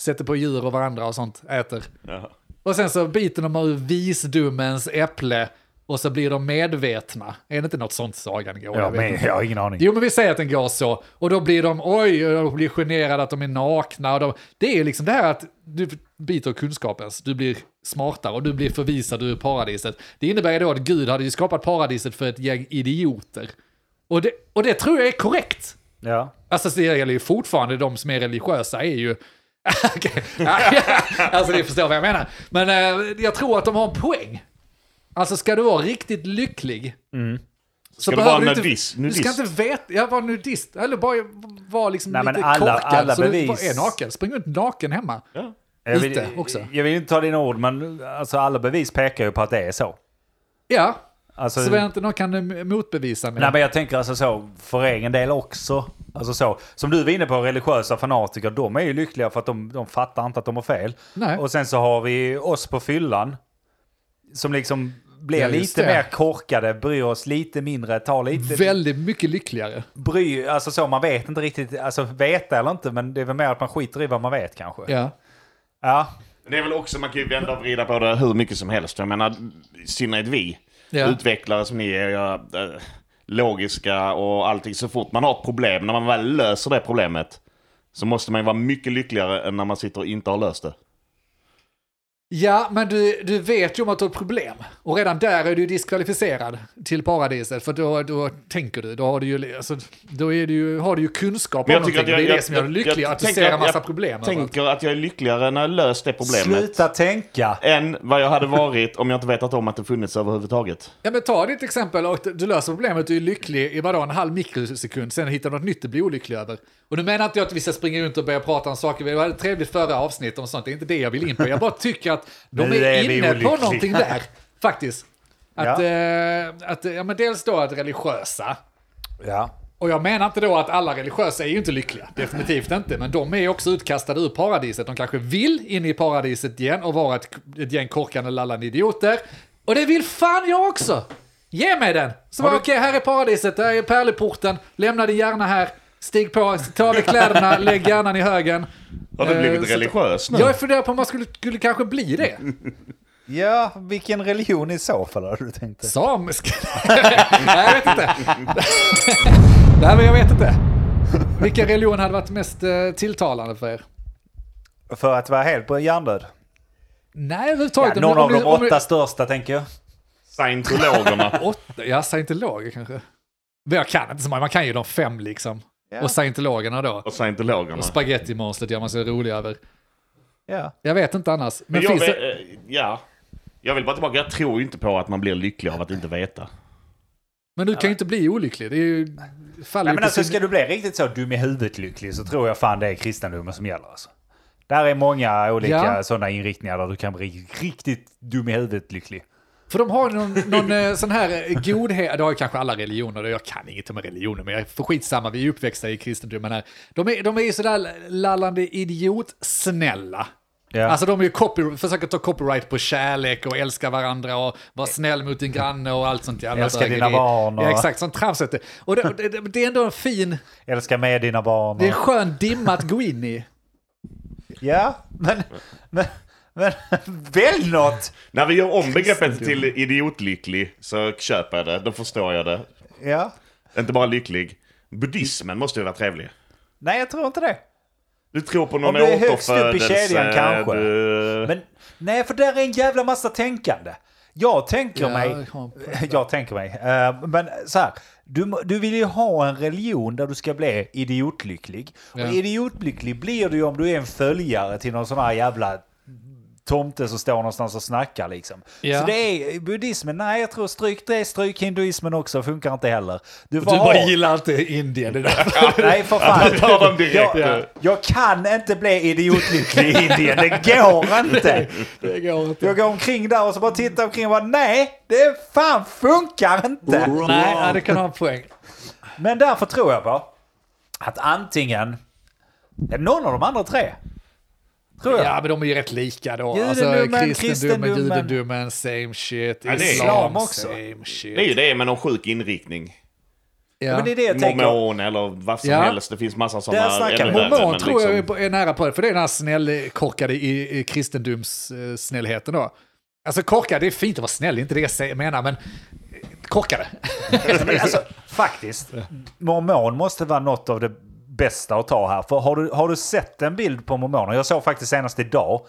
A: sätter på djur och varandra och sånt, äter.
D: Ja.
A: Och sen så biter de ur visdomens äpple och så blir de medvetna. Är det inte något sånt sagan går?
B: Ja,
A: Jag vet
B: men
A: inte.
B: jag har ingen aning.
A: Jo, men vi säger att den går så. Och då blir de, oj, och de blir generade att de är nakna. Och de, det är ju liksom det här att du biter kunskapens, du blir smartare och du blir förvisad ur paradiset. Det innebär ju då att Gud hade ju skapat paradiset för ett gäng idioter. Och det, och det tror jag är korrekt.
B: Ja.
A: Alltså så det gäller ju fortfarande de som är religiösa är ju... Okej. alltså ni förstår vad jag menar. Men eh, jag tror att de har en poäng. Alltså ska du vara riktigt lycklig
B: Mm.
A: så
D: Ska du
A: behöver
D: vara
A: du inte-
D: nudist?
A: Du ska
D: Nudist?
A: inte veta, jag var nudist, eller bara var liksom
B: Nej, men
A: lite
B: alla-
A: korkad.
B: alla
A: så du bara
B: bevis-
A: är naken, spring runt naken hemma.
D: Ja.
B: Jag vill,
A: Lite också.
B: jag vill inte ta dina ord, men alltså, alla bevis pekar ju på att det är så.
A: Ja,
B: Alltså,
A: så vänta, någon kan eh, motbevisa mig.
B: Nej, men jag tänker alltså så, för egen del också. Alltså så, som du var inne på, religiösa fanatiker, de är ju lyckliga för att de, de fattar inte att de har fel.
A: Nej.
B: Och sen så har vi oss på fyllan, som liksom blir
A: Ja, just
B: lite
A: det.
B: mer korkade, bryr oss lite mindre, tar lite...
A: Väldigt mycket lyckligare.
B: bry, alltså så, man vet inte riktigt, alltså veta eller inte, men det är väl mer att man skiter i vad man vet kanske.
A: Ja.
B: Ja,
D: Det är väl också, man kan ju vända och vrida på det hur mycket som helst. Jag menar, i synnerhet vi
A: Ja.
D: utvecklare som ni är, ja, eh, logiska och allting. Så fort man har ett problem, när man väl löser det problemet, så måste man ju vara mycket lyckligare än när man sitter och inte har löst det.
A: Ja, men du, du vet ju om att du har ett problem. Och redan där är du diskvalificerad till paradiset. För då, då tänker du, då har du ju, alltså, då är du, ju- har du ju kunskap om
D: Men jag
A: någonting.
D: tycker att jag,
A: det är
D: jag,
A: det som gör dig lycklig,
D: jag
A: att du
D: tänker
A: ser en
D: att
A: massa
D: jag
A: problem.
D: tänker att jag är lyckligare när jag löst det problemet.
B: Sluta tänka.
D: Än vad jag hade varit om jag inte vetat om att det funnits överhuvudtaget.
A: Ja, men ta ditt exempel och du löser problemet, du är lycklig i vadå, en halv mikrosekund, sen hittar du något nytt du blir olycklig över. Och nu menar inte jag att vi ska springa runt och börja prata om saker, vi hade ett trevligt förra avsnitt om sånt, det är inte det jag vill in på, jag bara tycker att de
B: Nu
A: är,
B: är vi
A: inne på
B: olyckliga.
A: någonting där, faktiskt. Att,
B: Ja.
A: eh, att, ja, men dels då att religiösa,
B: Ja.
A: och jag menar inte då att alla religiösa är ju inte lyckliga, definitivt inte, men de är ju också utkastade ur paradiset. De kanske vill in i paradiset igen och vara ett, ett gäng korkande lallande idioter. Och det vill fan jag också! Ge mig den! Så bara, okej, här är paradiset, här är pärleporten, lämna din hjärna här, stig på, ta av dig kläderna, lägg hjärnan i högen.
D: Har du
A: Eh,
D: blivit
A: så-
D: religiös nu?
A: Jag funderar på om man skulle, skulle kanske bli det.
B: Ja, vilken religion i så fall har du tänkt dig?
A: Samisk? Nej, jag vet inte. Nej, men jag vet inte. Vilken religion hade varit mest eh, tilltalande för er?
B: För att vara helt på hjärndöd?
A: Nej,
B: Ja,
A: överhuvudtaget.
B: någon av
A: ni-
B: de
A: ni-
B: åtta största tänker jag.
D: Scientologerna.
A: åtta? Ja, scientologer kanske. Men jag kan inte så många, man kan ju de fem liksom. Och scientologerna då.
D: Och scientologerna.
A: Och spagettimonstret gör man sig rolig över.
B: Ja.
A: Jag vet inte annars. Men
D: Men jag,
A: finns
D: vet,
A: det...
D: eh, ja. jag vill bara tillbaka, jag tror ju inte på att man blir lycklig av att inte veta.
A: Men du kan ju inte bli olycklig. Det är ju... faller
B: Nej,
A: ju
B: men
A: på
B: alltså,
A: sin...
B: ska du bli riktigt så dum i huvudet lycklig så tror jag fan det är kristendomen som gäller. Alltså. Där är många olika
A: Ja.
B: sådana inriktningar där du kan bli riktigt dum i huvudet lycklig.
A: För de har ju någon, någon eh, sån här eh, godhet, det har ju kanske alla religioner, och jag kan inget om religioner, men jag är för skitsamma, vi är uppväxta i kristendomen här. De är, de är ju sådär lallande idiot-snälla.
B: Ja.
A: Alltså de är ju copy, försöker ta copyright på kärlek och älska varandra och vara snäll mot din granne och allt sånt jävla
B: Älska dina
A: bögeri.
B: barn och-
A: Ja, exakt, sånt trams heter det. Och det, det, det är ändå en fin,
B: Älska med dina barn.
A: det är en
B: och-
A: skön dimma att gå in i.
B: Ja, men, men, men välj något!
D: När vi gör om begreppet till idiotlycklig så köper jag det, då förstår jag det.
B: Ja.
D: Inte bara lycklig. Buddhismen måste ju vara trevlig.
B: Nej, jag tror inte det.
D: Du tror på någon
B: Om du är högst upp i
D: återfödelse,
B: kedjan kanske.
D: Du...
B: Men, nej, för där är en jävla massa tänkande. Jag tänker
A: Ja, jag
B: mig...
A: har en poäng
B: Jag tänker mig. eh, men så här. Du, må- du vill ju ha en religion där du ska bli idiotlycklig.
A: Ja.
B: Och idiotlycklig blir du ju om du är en följare till någon sån här jävla tomte som står någonstans och snackar liksom.
A: Ja.
B: Så det är buddhismen, nej jag tror stryk det, stryk hinduismen också, funkar inte heller. Du, får
A: Du bara
B: ha-
A: gillar inte Indien, det där.
B: Nej för fan.
D: tar dem direkt.
B: Jag, jag kan inte bli idiotlycklig i Indien, det går inte.
A: Det går inte.
B: Jag går omkring där och så bara tittar omkring och bara nej, det fan funkar inte.
A: Nej, ja, det kan ha en poäng.
B: Men därför tror jag på att antingen någon av de andra tre. Tror jag.
A: Ja, men de är ju rätt lika då.
B: Judendomen,
A: alltså, kristendomen,
B: kristendomen.
A: judendomen, same shit.
D: det är-
A: islam
B: Islam också.
A: same shit.
D: Det är ju det med någon sjuk inriktning.
A: ja.
B: Men det är det jag tänker.
D: Mormon eller vad som
A: Ja.
D: helst. Det finns massa
B: Där
D: sådana.
B: snackar vi.
D: ännu värre,
A: Mormon
D: men
A: tror jag är,
D: liksom-
A: på, är nära på det, för det är den här snällkorkade i, i kristendomssnällheten då. Alltså korkad, det är fint att vara snäll, det är inte det jag säger- menar, men eh, korkade.
B: Men alltså, faktiskt, mormon måste vara något av det bästa att ta här. För har du, har du sett en bild på mormoner? Jag såg faktiskt senast idag.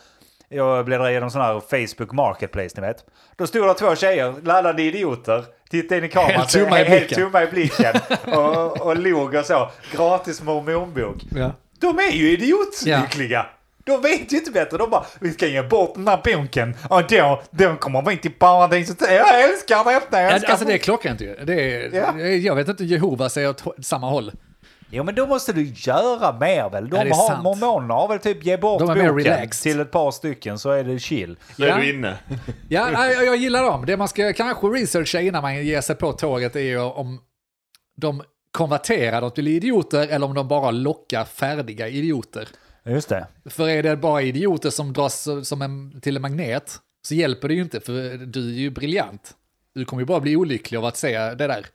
B: Jag bläddrade igenom sån här Facebook Marketplace, ni vet. Då stod det två tjejer, laddade idioter, tittade in i kameran,
A: Helt
B: så-
A: tumma i
B: helt
A: blicken.
B: tumma i blicken och, och log och så. Gratis mormonbok.
A: Ja.
B: De är ju idiotlyckliga. De vet ju inte bättre. De bara, vi ska ge bort den här boken och då, då kommer vi till paradiset. Jag älskar detta, jag
A: Ja,
B: älskar
A: alltså det är klockrent ju. Det är,
B: Ja.
A: Jag vet inte, Jehova säger åt hå- samma håll.
B: Jo men då måste du göra mer väl?
A: Ja, det
B: De
A: är
B: har
A: sant.
B: mormonerna har väl typ ge bort
A: De är mer
B: boken
A: relaxed.
B: till ett par stycken så är det chill.
D: Då är
A: Ja.
D: du inne.
A: Ja, nej, jag, jag gillar dem. Det man ska kanske researcha innan man ger sig på tåget är ju om de konverterar dem till idioter eller om de bara lockar färdiga idioter.
B: Just det.
A: För är det bara idioter som dras som en, till en magnet så hjälper det ju inte för du är ju briljant. Du kommer ju bara bli olycklig av att säga det där.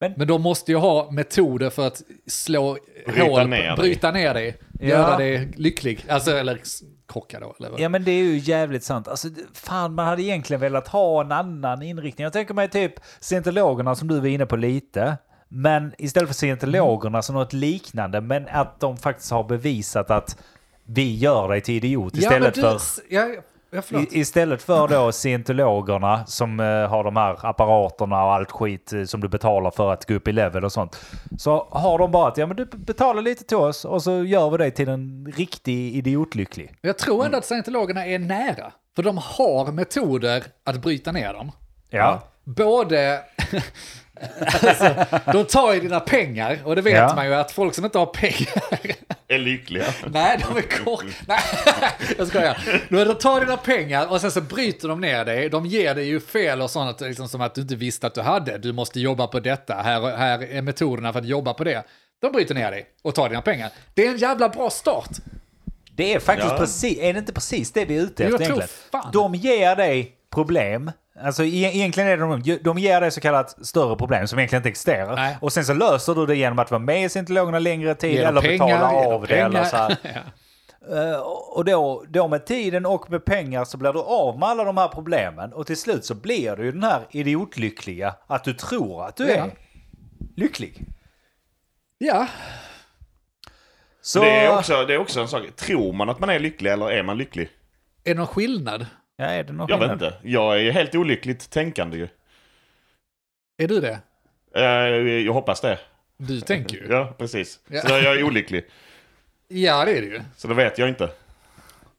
A: Men,
B: Men-
A: de måste ju ha metoder för att slå
D: Bryta
A: hål,
D: ner dig.
A: bryta ner dig, göra dig lycklig. Alltså, eller s- korkad då. Eller vad.
B: Ja men det är ju jävligt sant. Alltså det- fan man hade egentligen velat ha en annan inriktning. Jag tänker mig typ scientologerna som du var inne på lite. Men istället för scientologerna som något liknande men att de faktiskt har bevisat att vi gör dig till idiot
A: Ja, men
B: istället
A: du,
B: för...
A: s- Ja, Ja, förlåt.
B: I, istället för då scientologerna som eh, har de här apparaterna och allt skit eh, som du betalar för att gå upp i level och sånt. Så har de bara att ja, men du betalar lite till oss och så gör vi dig till en riktig idiotlycklig.
A: Jag tror
B: Mm.
A: ändå att scientologerna är nära. För de har metoder att bryta ner dem.
B: Ja.
A: Både... alltså, de tar ju dina pengar och det vet
B: Ja.
A: man ju att folk som inte har pengar
D: Är lyckliga.
A: Nej, de är kork... Nej, jag skojar. Men De tar dina pengar och sen så bryter de ner dig. De ger dig ju fel och sånt liksom, som att du inte visste att du hade. Du måste jobba på detta. Här, här är metoderna för att jobba på det. De bryter ner dig och tar dina pengar. Det är en jävla bra start.
B: Det är faktiskt
D: Ja.
B: precis, är det inte precis det vi är ute
A: Jag
B: efter
A: tror
B: egentligen?
A: fan.
B: De ger dig problem. Alltså e- egentligen är det de, de ger dig så kallat större problem som egentligen inte existerar.
A: Nej.
B: Och sen så löser du det genom att vara med i scientologerna längre tid
A: Ge dem
B: eller
A: pengar,
B: betala
A: ge dem
B: av det eller
A: pengar.
B: så här. Eh, Och då, då med tiden och med pengar så blir du av med alla de här problemen och till slut så blir du ju den här idiotlyckliga att du tror att du
A: Ja.
B: är lycklig.
A: Ja,
B: Så,
D: Det, är också, det är också en sak. Tror man att man är lycklig eller är man lycklig?
A: är det någon skillnad?
B: ja, är det någon
D: Jag vet
B: skillnad?
D: inte. Jag är ju helt olyckligt tänkande ju.
A: Är du det?
D: Eh, Jag hoppas det.
A: Du tänker ju.
D: Ja, precis.
A: Ja.
D: Så jag är olycklig.
A: Ja, det är det ju.
D: Så det vet jag inte.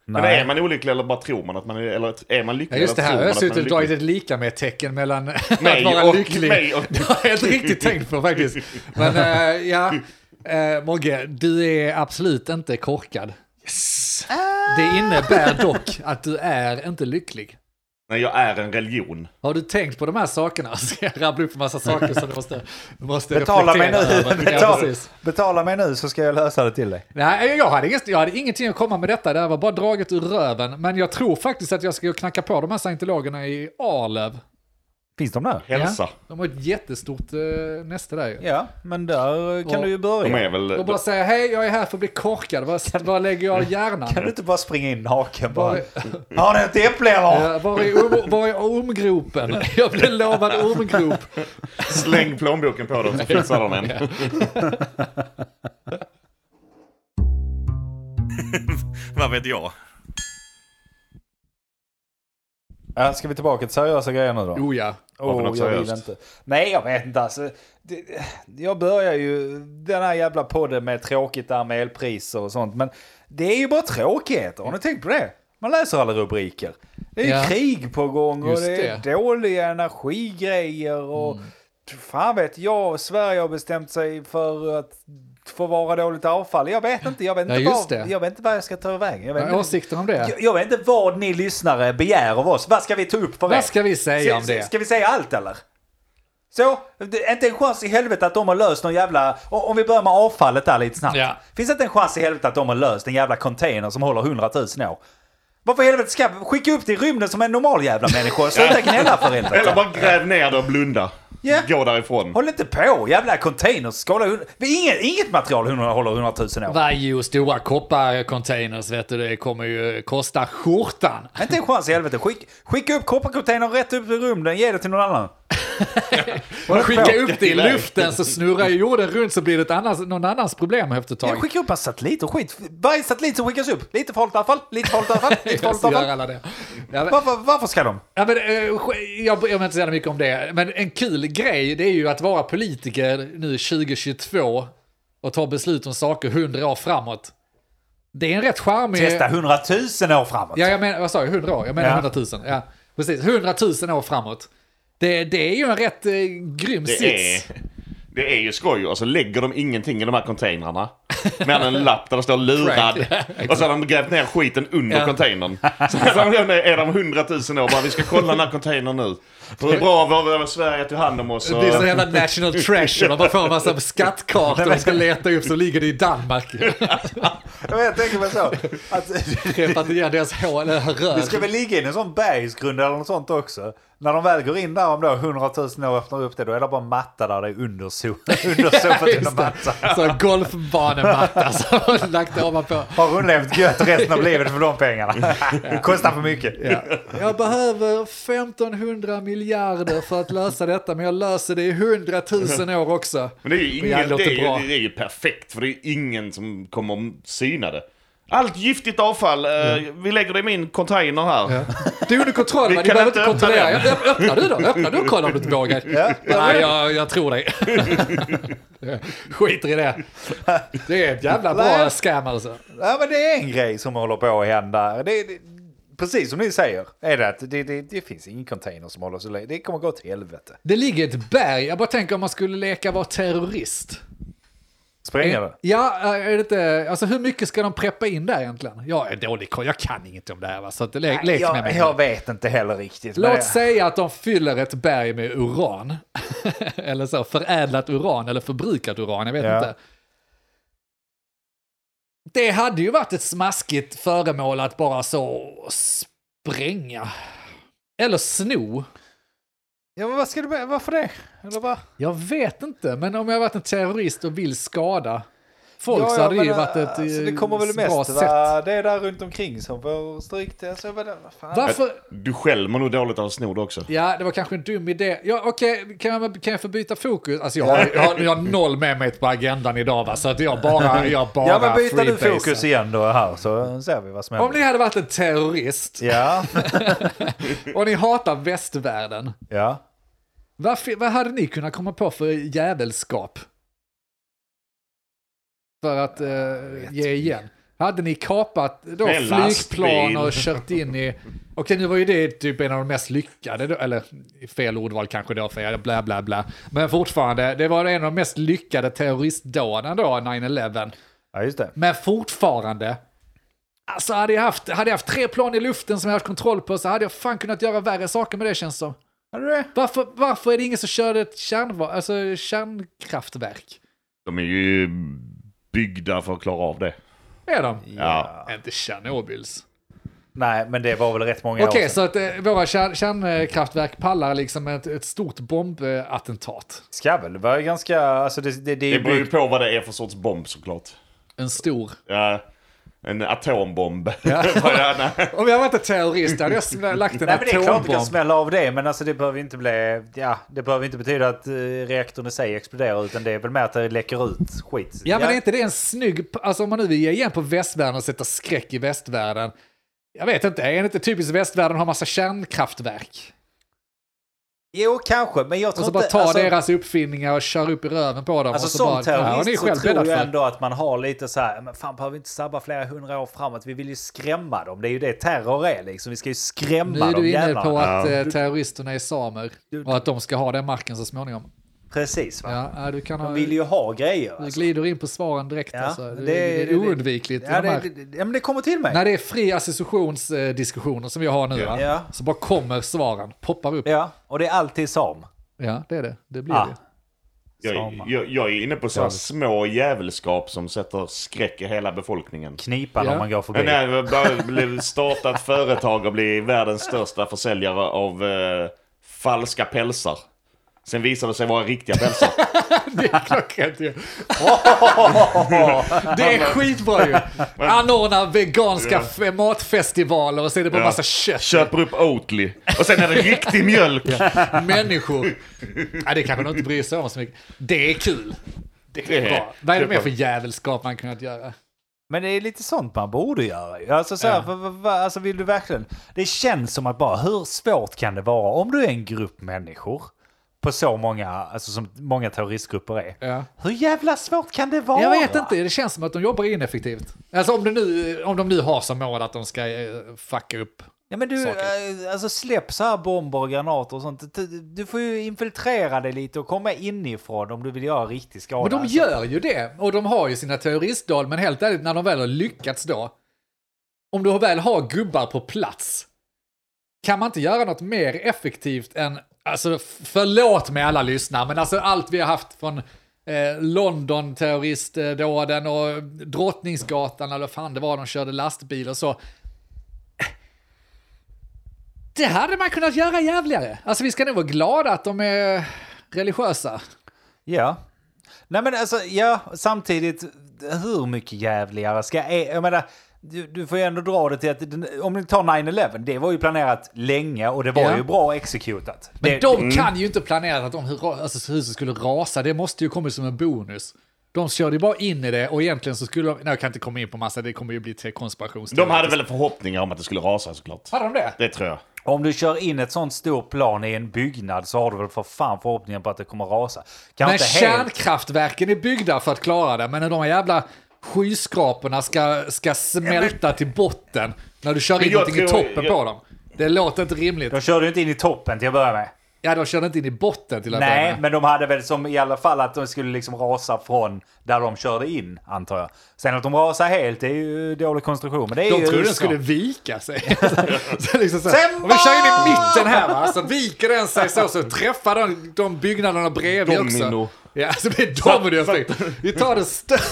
D: Men
B: Nej.
D: är man olycklig eller bara tror man att man är, eller är man lycklig
A: Ja, just det
D: eller
A: här har
D: tror man
A: jag
D: att man
A: suttit
D: är
A: och dragit
D: lycklig?
A: ett lika med tecken mellan att
D: Mig
A: vara
D: och-
A: lycklig.
D: mig och-
A: Det har jag inte riktigt tänkt på faktiskt. Men eh, ja, eh, Mogge, du är absolut inte korkad. Det innebär dock att du är inte lycklig.
D: Nej, jag är en religion.
A: Har du tänkt på de här sakerna? Ska jag rabbla upp en massa saker som du måste, du måste
B: Betala mig
A: reflektera
B: nu,
A: över? Ja,
B: betala,
A: precis.
B: betala mig nu så ska jag lösa det till dig.
A: Nej, jag hade, inget, jag hade ingenting att komma med detta, det här var bara draget ur röven. Men jag tror faktiskt att jag ska knacka på de här scientologerna i Arlöv.
B: Finns de där?
D: Hälsa.
A: Ja, de har ett jättestort eh, näste där ju.
B: Ja, men där eh, kan
A: Och-
B: du ju
D: De
B: börja.
D: är väl...
A: Och bara säga hej, jag är här för att bli korkad. Var, var lägger jag hjärnan?
B: Kan du inte bara springa in naken bara?
A: Var,
B: Har ni inte äpple eller?
A: eh, var, är, orm- var är ormgropen? Jag blev lovad ormgrop.
D: Släng plånboken på dem så fixar de en.
C: Vad vet jag?
B: Ja, ska vi tillbaka till seriösa grejer nu då?
A: Oh ja.
D: Varför något
B: jag vill
D: seriöst?
B: inte. Nej, jag vet inte. Alltså, det, jag börjar ju den här jävla podden med tråkigt där med elpriser och sånt. Men det är ju bara tråkigheter. Har ni tänkt på det? Man läser alla rubriker. Det är ju
A: Ja.
B: krig på gång och
A: Just
B: det är
A: det. Mm.
B: dåliga energigrejer och fan vet jag, Sverige har bestämt sig för att förvara dåligt avfall. Jag vet inte, jag vet
A: Ja,
B: inte,
A: just
B: vad,
A: det.
B: jag vet inte vad jag ska ta vägen. Jag vet
A: Vad är
B: inte.
A: Åsikter om det?
B: Jag, jag vet inte vad ni lyssnare begär av oss. Vad ska vi ta upp för er?
A: Vad ska vi säga om
B: Ska-
A: det?
B: Ska vi säga allt eller? Så, det, inte en chans i helvete att de har löst någon jävla... o- Om vi börjar med avfallet där lite snabbt.
A: Ja.
B: Finns det inte en chans i helvete att de har löst en jävla container som håller 100 000 år? Varför i helvete ska skicka upp det i rymden som en normal jävla människa och sluta gnälla för
D: Eller
B: helvete?
D: bara gräv ner det och blunda.
B: Ja.
D: Gå därifrån.
B: Håll inte på, jävla containers. Skala 100 inget, inget material 100 håller 100 000 år.
A: Varje och stora kopparcontainers vet du, det kommer ju kosta skjortan.
B: Inte en chans i helvete. Skick, skicka upp kopparcontainern rätt upp i rymden, ge det till någon annan.
A: Och skicka upp det i
D: iväg.
A: luften så snurrar ju jorden runt så blir det ett annans, någon annans problem efter ett
B: Jag
A: tag.
B: skickar upp en satellit och skit. Varje satellit som skickas upp, lite farligt avfall, lite farligt avfall, lite
A: Jag
B: farligt
A: ska
B: avfall.
A: göra alla det. Ja, men-
B: Varför, varför ska de?
A: Ja, men, eh, sk- jag, jag vet inte så jävla mycket om det, men en kul grej det är ju att vara politiker nu 2022 och ta beslut om saker 100 år framåt. Det är en rätt charmig...
B: Testa hundratusen år framåt.
A: Eh. Ja, jag menar, vad sa jag, 100 år? Jag menar
B: Ja.
A: 100 000. Ja, precis, 100 000 år framåt. Det, det är ju en rätt eh, grym
D: Det
A: sits.
D: är, det är ju skoj. Och så lägger de ingenting i de här containrarna. Mer än en lapp där det står lurad.
A: Crank, ja,
D: Och så har de grävt ner skiten under
A: Ja.
D: containern. Så är de hundratusen år bara, vi ska kolla den här containern nu. Hur bra var var Sverige tog hand om oss.
A: Det
D: Och...
A: blir så jävla national treasure, man bara får en massa skattkartor man ska leta upp så ligger det i Danmark.
B: Jag, vet, jag tänker mig så. Att,
A: Träffat igen deras hål, eller
B: det ska
A: rör.
B: väl ligga i en sån bergsgrund eller något sånt också. När de väl går in där om då hundratusen år och öppnar upp det, då är det bara en matta där det är under so- under sopet under
A: Just
B: mattan.
A: det. Så golfbanematta som har lagt ovanpå.
B: Har hon levt gött resten av livet för de pengarna? Kostar för mycket.
A: Jag behöver 1500 miljarder för att lösa detta, men jag löser det i 100 000 år också.
D: Men det är ju,
A: Ja,
D: ingen,
A: det
D: det,
A: låter
D: är
A: bra.
D: ju, det är ju perfekt för det är ju ingen som kommer syna det.
C: Allt giftigt avfall, eh, vi lägger det i min container här.
A: Du är under kontroll,
D: Vi
A: men du
D: kan
A: behöver
D: inte
A: inte
D: öppna
A: kontrollera. Öppna, öppna du då, öppna du och kolla om du inte vågar. Nej, jag, jag tror dig. Skiter i det. Det är ett jävla bra
B: Nej.
A: scam alltså.
B: Ja, men det är en grej som håller på att hända. Det, det, precis som ni säger, är det att det, det, det finns ingen container som håller så länge. Det kommer gå till helvete.
A: Det ligger ett berg, jag bara tänker om man skulle leka vara terrorist.
B: Spränga
A: Eh,
B: det.
A: Ja, är det inte, alltså hur mycket ska de preppa in där egentligen? Jag är dålig koll, jag kan inget om det här va, så att, le, lek med
B: Jag,
A: mig.
B: jag vet inte heller riktigt. men
A: Låt
B: det-
A: säga att de fyller ett berg med uran. eller så, förädlat uran eller förbrukat uran, jag vet
B: Ja.
A: inte. Det hade ju varit ett smaskigt föremål att bara så spränga. Eller sno.
B: Ja, men vad ska du, varför det? Eller vad?
A: Jag vet inte, men om jag varit en terrorist och vill skada folk
B: Ja,
A: så
B: ja,
A: hade det
B: men,
A: ju varit ett
B: alltså,
A: eh,
B: Det kommer väl
A: bra
B: mest
A: sätt.
B: vara det där runt omkring som får stryk till. Alltså, vad, vad fan?
A: Varför?
D: Du skälmer nog dåligt av snod också.
A: Ja, det var kanske en dum idé. Ja, Okej, kan, jag, kan jag få byta fokus? Alltså jag har, jag, har, jag har noll med mig på agendan idag, va? så att jag bara... Jag bara
B: Ja, men byta nu
A: freebasear.
B: fokus igen då här så ser vi vad som
A: Om
B: händer.
A: ni hade varit en terrorist
B: Ja,
A: och ni hatar västvärlden,
B: ja.
A: vad, fi- vad hade ni kunnat komma på för jävelskap? För att eh, ge igen. Hade ni kapat då
D: Med
A: flygplan
D: lastbil.
A: och kört in i... Okej, nu var ju det typ en av de mest lyckade, då, eller fel ordval kanske då, för jag bla bla bla. Men fortfarande, det var en av de mest lyckade terroristdåden då, 9-11.
B: ja, just det.
A: Men fortfarande, alltså hade jag, haft, hade jag haft tre plan i luften som jag haft kontroll på så hade jag fan kunnat göra värre saker med det känns som.
B: Hade du det?
A: Varför, varför är det ingen som körde ett kärnva- alltså, kärnkraftverk?
D: De är ju byggda för att klara av det.
A: Är de?
D: Ja.
A: Inte Tjernobyls.
B: Nej, men det var väl rätt många
A: Okej,
B: år sedan.
A: så att eh, våra kärn, kärnkraftverk pallar liksom ett, ett stort bombattentat.
B: Skabbel var ju ganska... Alltså det, det, det är
D: Det
B: ju
D: beror ju
B: byggt...
D: på vad det är för sorts bomb såklart.
A: En stor.
D: Ja, en atombomb. Vad är det? Nej.
A: Om jag var inte terrorist hade jag sm- lagt en
B: Nej, men det är klart du kan
A: atombomb.
B: smälla av det, men alltså det behöver inte bli... Ja, det behöver inte betyda att eh, reaktorn i sig exploderar, utan det är väl mer att det läcker ut skit.
A: Ja, men är inte det en snygg... Alltså om man nu vill ge igen på västvärlden och sätta skräck i västvärlden. Jag vet inte, är det inte typiskt västvärlden att ha massa kärnkraftverk?
B: Jo, kanske, men jag
A: Och
B: tror
A: så bara
B: inte...
A: ta
B: alltså-
A: deras uppfinningar och köra upp i röven på dem.
B: Alltså
A: och så
B: som
A: bara, ja, ni är alltså.
B: terrorist
A: själv
B: så tror
A: bäddat
B: jag
A: för.
B: ändå att man har lite så här, men fan behöver vi inte sabba flera hundra år framåt, vi vill ju skrämma dem. Det är ju det terror är liksom, vi ska ju skrämma
A: Nu är
B: dem
A: du inne
B: jävlarna.
A: på att eh, terroristerna är samer och att de ska ha den marken så småningom.
B: Precis va?
A: Ja, ja, du kan ha...
B: De vill ju ha grejer.
A: Du
B: alltså.
A: glider in på svaren direkt alltså. Det, det, är oundvikligt. i
B: Ja,
A: de här-
B: det, det, ja, men det kommer till mig.
A: När det är fri associationsdiskussioner som vi har nu, va?
B: Ja.
A: så bara kommer svaren, poppar upp.
B: Ja, och det är alltid sam.
A: Ja, det är det. Det blir
B: Ah.
A: det.
D: Jag,
B: Samma.
D: jag, jag är inne på så här små jävelskap som sätter skräck i hela befolkningen.
B: Knipan
A: Ja.
B: om man går förbi.
D: Men nej, vi har bara blev starta ett företag och bli världens största försäljare av eh, falska pälsar. Sen visade det sig vara riktiga pälsar.
A: Det är klockrent ju. Det är skitbra ju. Anordna veganska f- matfestivaler och så är det bara
D: Ja.
A: massa kött.
D: Köper upp Oatly. Och sen är det riktig mjölk.
A: Människor. Ja, det kanske de inte bryr sig om så mycket. Det är kul. Det är bra. Vad är det mer för jävelskap man kunnat göra?
B: Men det är lite sånt man borde göra ju. Alltså, så här,
A: Ja.
B: för, för, för, alltså vill du verkligen... Det känns som att bara, hur svårt kan det vara om du är en grupp människor på så många, alltså som många terroristgrupper är.
A: Ja.
B: Hur jävla svårt kan det vara?
A: Jag vet inte, det känns som att de jobbar ineffektivt. Alltså om, det nu, om de nu har som mål att de ska eh, fucka upp.
B: Ja, men du,
A: saker.
B: eh, alltså släpp så här bomber och granater och sånt. Du- Du får ju infiltrera dig lite och komma inifrån om du vill göra riktig skada.
A: Men de
B: alltså.
A: gör ju det, och de har ju sina terroristdåd, men helt ärligt, när de väl har lyckats då, om du väl har gubbar på plats, kan man inte göra något mer effektivt än, alltså f- förlåt mig alla lyssnare, men alltså allt vi har haft från eh, London-terroristdåden och Drottningsgatan, eller fan det var, de körde lastbil och så. Det hade man kunnat göra jävligare. Alltså vi ska nog vara glada att de är religiösa.
B: Ja. Nej men alltså, ja, samtidigt, hur mycket jävligare ska... Jag menar, du, du får ju ändå dra det till att, den- om du tar 9-11, det var ju planerat länge och det var
A: Ja.
B: ju bra exekutat.
A: Men
B: det,
A: de kan ju inte planera att de, hur- alltså, huset skulle rasa. Det måste ju komma som en bonus. De körde ju bara in i det och egentligen så skulle de... Nej, jag kan inte komma in på massa, det kommer ju bli till konspirationsteoretiskt.
D: De hade väl förhoppningar om att det skulle rasa såklart.
A: Hade de det?
D: Det tror jag.
B: Om du kör in ett sånt stort plan i en byggnad så har du väl för fan förhoppningen på att det kommer rasa. Kan
A: Men
B: inte helt...
A: kärnkraftverken är byggda för att klara det, men när de här jävla skyskraporna ska, ska smälta till botten när du kör in
D: jag
A: någonting i
D: tror-
A: toppen
D: jag-
A: på dem. Det låter inte rimligt.
B: De körde ju inte in i toppen till att börja med.
A: Ja, de körde inte in i botten till att börja
B: Nej,
A: med.
B: men de hade väl som i alla fall att de skulle liksom rasa från där de körde in, antar jag. Sen att de rasar helt, det är ju dålig konstruktion. Men det är
A: De
B: ju
A: trodde den
B: snart.
A: skulle vika sig. så liksom så, här,
B: Sen
A: om vi kör in i mitten här va, så viker den sig så, så träffar de, de byggnaderna bredvid
D: Domino.
A: också. Ja, så blir det domino effekt. Vi tar den, stö-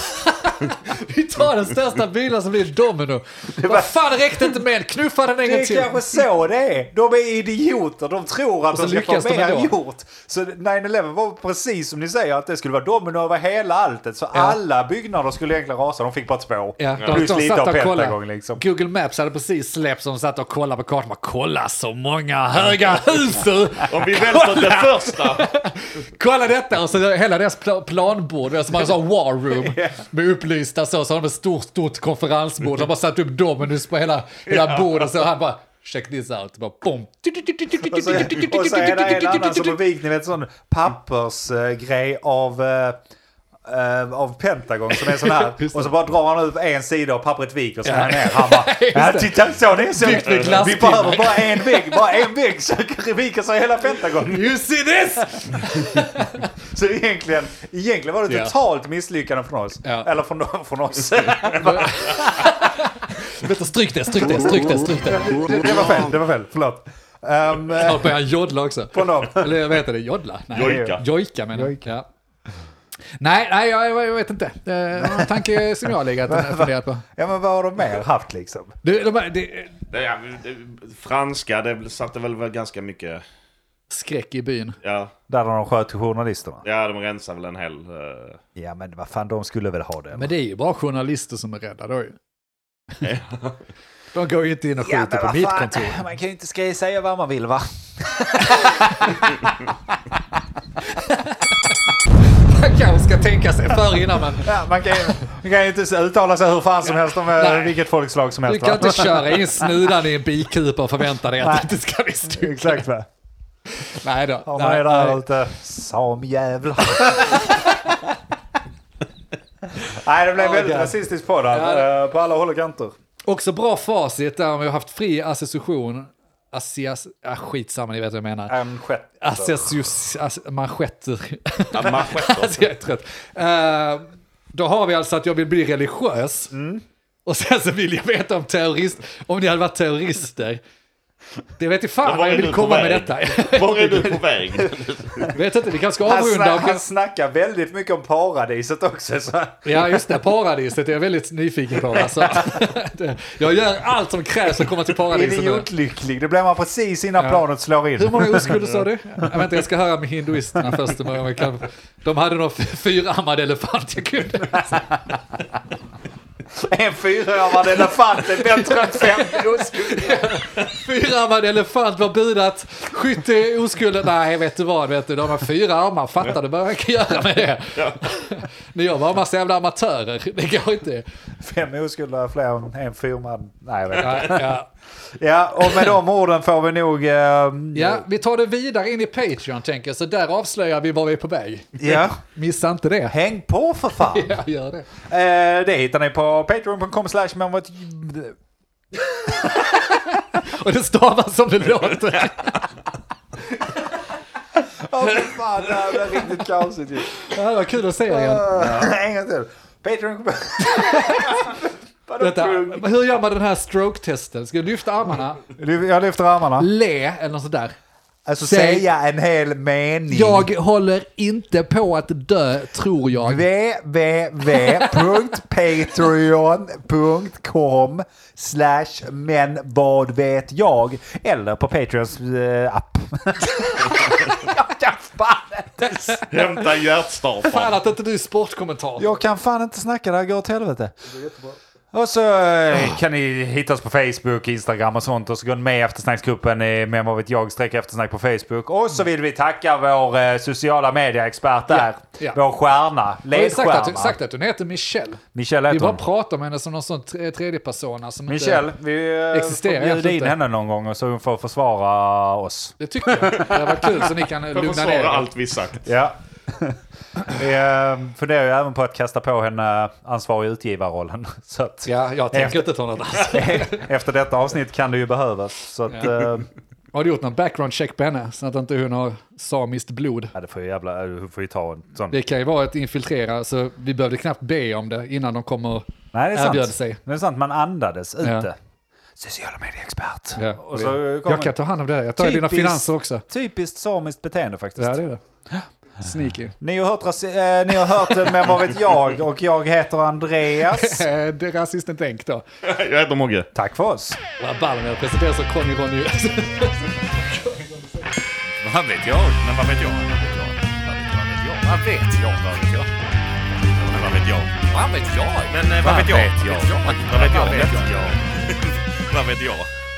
A: vi tar den största bilen som blir domino. Vad fan, det räckte inte med en, knuffa den en
B: Det
A: gång
B: är
A: till.
B: kanske så det är. De är idioter. De tror att
A: så
B: de ska
A: lyckas
B: få
A: de
B: mer
A: ändå.
B: gjort. Så 9-11 var precis som ni säger att det skulle vara domino över hela alltet. Så alla byggnader skulle egentligen rasa. De fick bara två.
A: Ja, de,
B: Plus
A: de
B: lite
A: satt
B: av
A: och kollade.
B: Pentagon liksom.
A: Google Maps hade precis släppts och de satt och kollade på kartan. Bara, Kolla så många höga hus nu!
D: Om vi välter det första.
A: Kolla detta! Och så hela deras pla- planbord, som man sa war room, med upplysta så, så har de ett stort, stort konferensbord. De har bara satt upp dominus på hela, hela bordet så han bara check this out. Bara, bom.
B: Och så, och så är det en annan som har vikt, ni vet sån pappersgrej av, eh, eh, av Pentagon som är sån här.
A: Just det.
B: och så bara drar han ut en sida och pappret viker så är han ner. Han
A: Just
B: bara, ja,
A: det.
B: titta så det är så.
A: Byggt med
B: Vi
A: glasspinnar."
B: behöver bara en vägg, bara en vägg så viker sig hela Pentagon.
A: You see this!
B: Så egentligen, egentligen var det
A: Ja.
B: totalt misslyckande från oss.
A: Ja.
B: Eller från, från oss.
A: Vänta, stryk det, stryk det, stryk det, stryk det.
B: Det, det var fel, det var fel. Förlåt. Um, eh,
A: Snart börjar han joddla också.
B: från dem.
A: Eller vad heter det? Joddla? Nej.
D: Jojka.
A: Jojka menar jag. Ja. Nej, nej jag, jag vet inte. Det är en tanke som jag har legat och funderat på.
B: Ja men vad har de mer haft liksom?
A: Du, de, här- det är
D: Det, ja, det, franska, det satte väl väl ganska mycket...
A: skräck i byn.
D: Ja,
B: Där de sköt journalisterna.
D: ja de rensar väl en hel... eh,
B: Ja men vad fan, de skulle väl ha det.
A: Men det är ju bara journalister som är rädda då ju. De går ju inte in och skjuter på mitt kontor.
B: man kan ju inte ska säga vad man vill va?
A: Man kanske ska tänka sig för innan men
B: Ja, man, kan ju, man kan ju inte uttala sig hur fan som helst om eh,
A: Nej.
B: vilket folkslag som
A: du
B: helst
A: kan
B: va?
A: inte köra in snudan i en bikupa och förvänta dig att det inte ska bli styr.
B: Exakt va?
A: Nej då.
B: Om man
A: nej,
B: är där
A: nej.
B: ute. Samjävlar. Nej det blev en väldigt
A: Okej.
B: rasistisk podd här.
A: Ja.
B: eh, På alla håll och kanter.
A: Också bra facit där om vi har haft fri association. Assias, ah, skitsamma, ni vet vad jag menar.
B: En sjätte.
A: Accessius, ass, manschetter.
D: Ja, manschetter.
A: alltså jag är trött. Eh, då har vi alltså att jag vill bli religiös.
D: Mm.
A: Och sen så vill jag veta om terrorist, om ni hade varit terrorister. Det vet inte
D: Ja,
A: fan
D: var
A: vad jag
D: är
A: vill
D: du på
A: komma med
D: väg?
A: detta.
D: Var är du på väg?
A: vet inte, vi kanske ska
B: Han,
A: avrunda.
B: sna-
A: och bli-
B: han snackar väldigt mycket om paradiset också. Så.
A: Ja, just det, paradiset är jag väldigt nyfiken på. Alltså. Det- jag gör allt som krävs för att komma till paradiset nu.
B: Idiotlycklig, det blir man precis innan
A: Ja.
B: planet slår in.
A: Hur många oskulder sa du? Jag, vänta, jag ska höra med hinduisterna först. hur många man kan- De hade någon f- fyrarmad elefant jag kunde.
B: En fyraarmad elefant är bättre än fem oskulder.
A: Fyrarmad elefant var budat. Skytt är oskulden. Nej, vet du vad? Vet du, de har fyra armar. Fattar du vad man kan göra med det? När jag var en massa jävla amatörer. Det går inte.
B: Fem oskulder är fler än en fyrman. Nej, jag vet inte.
A: Ja, ja.
B: Ja, och med de orden får vi nog... eh,
A: ja, vi tar det vidare in i Patreon, tänker jag. Så där avslöjar vi var vi är på väg.
B: ja.
A: Missa inte det.
B: Häng på för fan!
A: Ja, gör det.
B: Eh, det hittar ni på patreon.com slash men vad-
A: Och det stavas som det låter.
B: Åh, för fan, det här blir riktigt kaosigt ju.
A: Ja, vad kul att se er igen.
B: Eh, En gång till. Patreon... Vadå
A: Vänta,
B: kung?
A: hur gör man den här stroke-testen? Ska jag lyfta armarna,
B: Lyf- Jag lyfter armarna.
A: le eller något sånt där?
B: Alltså
A: Säg-
B: säga en hel mening.
A: Jag håller inte på att dö, tror jag.
B: www.patreon.com slash men vad vet jag eller på Patreons eh, app. jag, kan fan,
D: Hämta hjärtstartaren.
A: Fan att inte du är sportkommentar.
B: jag kan fan inte snacka, det här går åt helvete. Och så eh, kan ni hittas på Facebook, Instagram och sånt. Och så går ni med i eftersnacksgruppen eh, med vad vet jag, streck eftersnack på Facebook. Och så vill vi tacka vår eh, sociala medieexpert där.
A: ja.
B: Vår stjärna,
A: Jag har sagt att,
B: ledstjärna.
A: sagt att hon heter Michelle.
B: Michelle
A: Vi
B: heter
A: bara
B: hon.
A: pratar om henne som någon sån tre- tredjepersona som
B: Michelle,
A: inte...
B: vi eh,
A: Existerar
B: får bjuda
A: egentligen
B: in
A: inte.
B: henne någon gång och så hon får försvara oss.
A: Det tycker jag. Det hade varit kul så ni kan
D: För att
A: lugna ner
D: försvara
A: er.
D: allt vi sagt.
B: Ja. Vi eh, funderar ju även på att kasta på henne ansvarig utgivarrollen. Så att
A: Ja, jag tänker
B: Efter-
A: inte ta något annat.
B: efter detta avsnitt kan det ju behövas. Så att, eh, ja.
A: Har du gjort någon background check på henne så att inte hon har samiskt blod?
B: ja, det får ju jävla, eh, du får ju ta en sån.
A: Det kan ju vara ett infiltrera, så vi behövde knappt be om det innan de kom och
B: Nej, det är
A: erbjöd
B: sant.
A: sig.
B: Det är sant, man andades ute.
A: Ja.
B: Sociala medieexpert.
A: Ja.
B: Och så kommer-
A: jag kan ta hand om det där. Jag tar dina
B: Typiskt-
A: finanser också.
B: Typiskt samiskt beteende faktiskt.
A: Ja, det är det. Sneaky.
B: Ni har hört, rasi- eh, ni har hört eh, Men vad vet jag? Och jag heter Andreas.
A: Eh, Det är rasisten tänk då.
D: Jag heter Mogge.
B: Tack för oss.
A: Vad ball med att presentera som Conny Ronny.
C: Vad vet jag? Men vad vet jag? Vad vet jag? Vad vet jag? Vad vet jag? Men vad vet jag? Vad vet jag? Men eh, vad vet jag? Vad vet jag? Vad vet jag? Vad vet jag?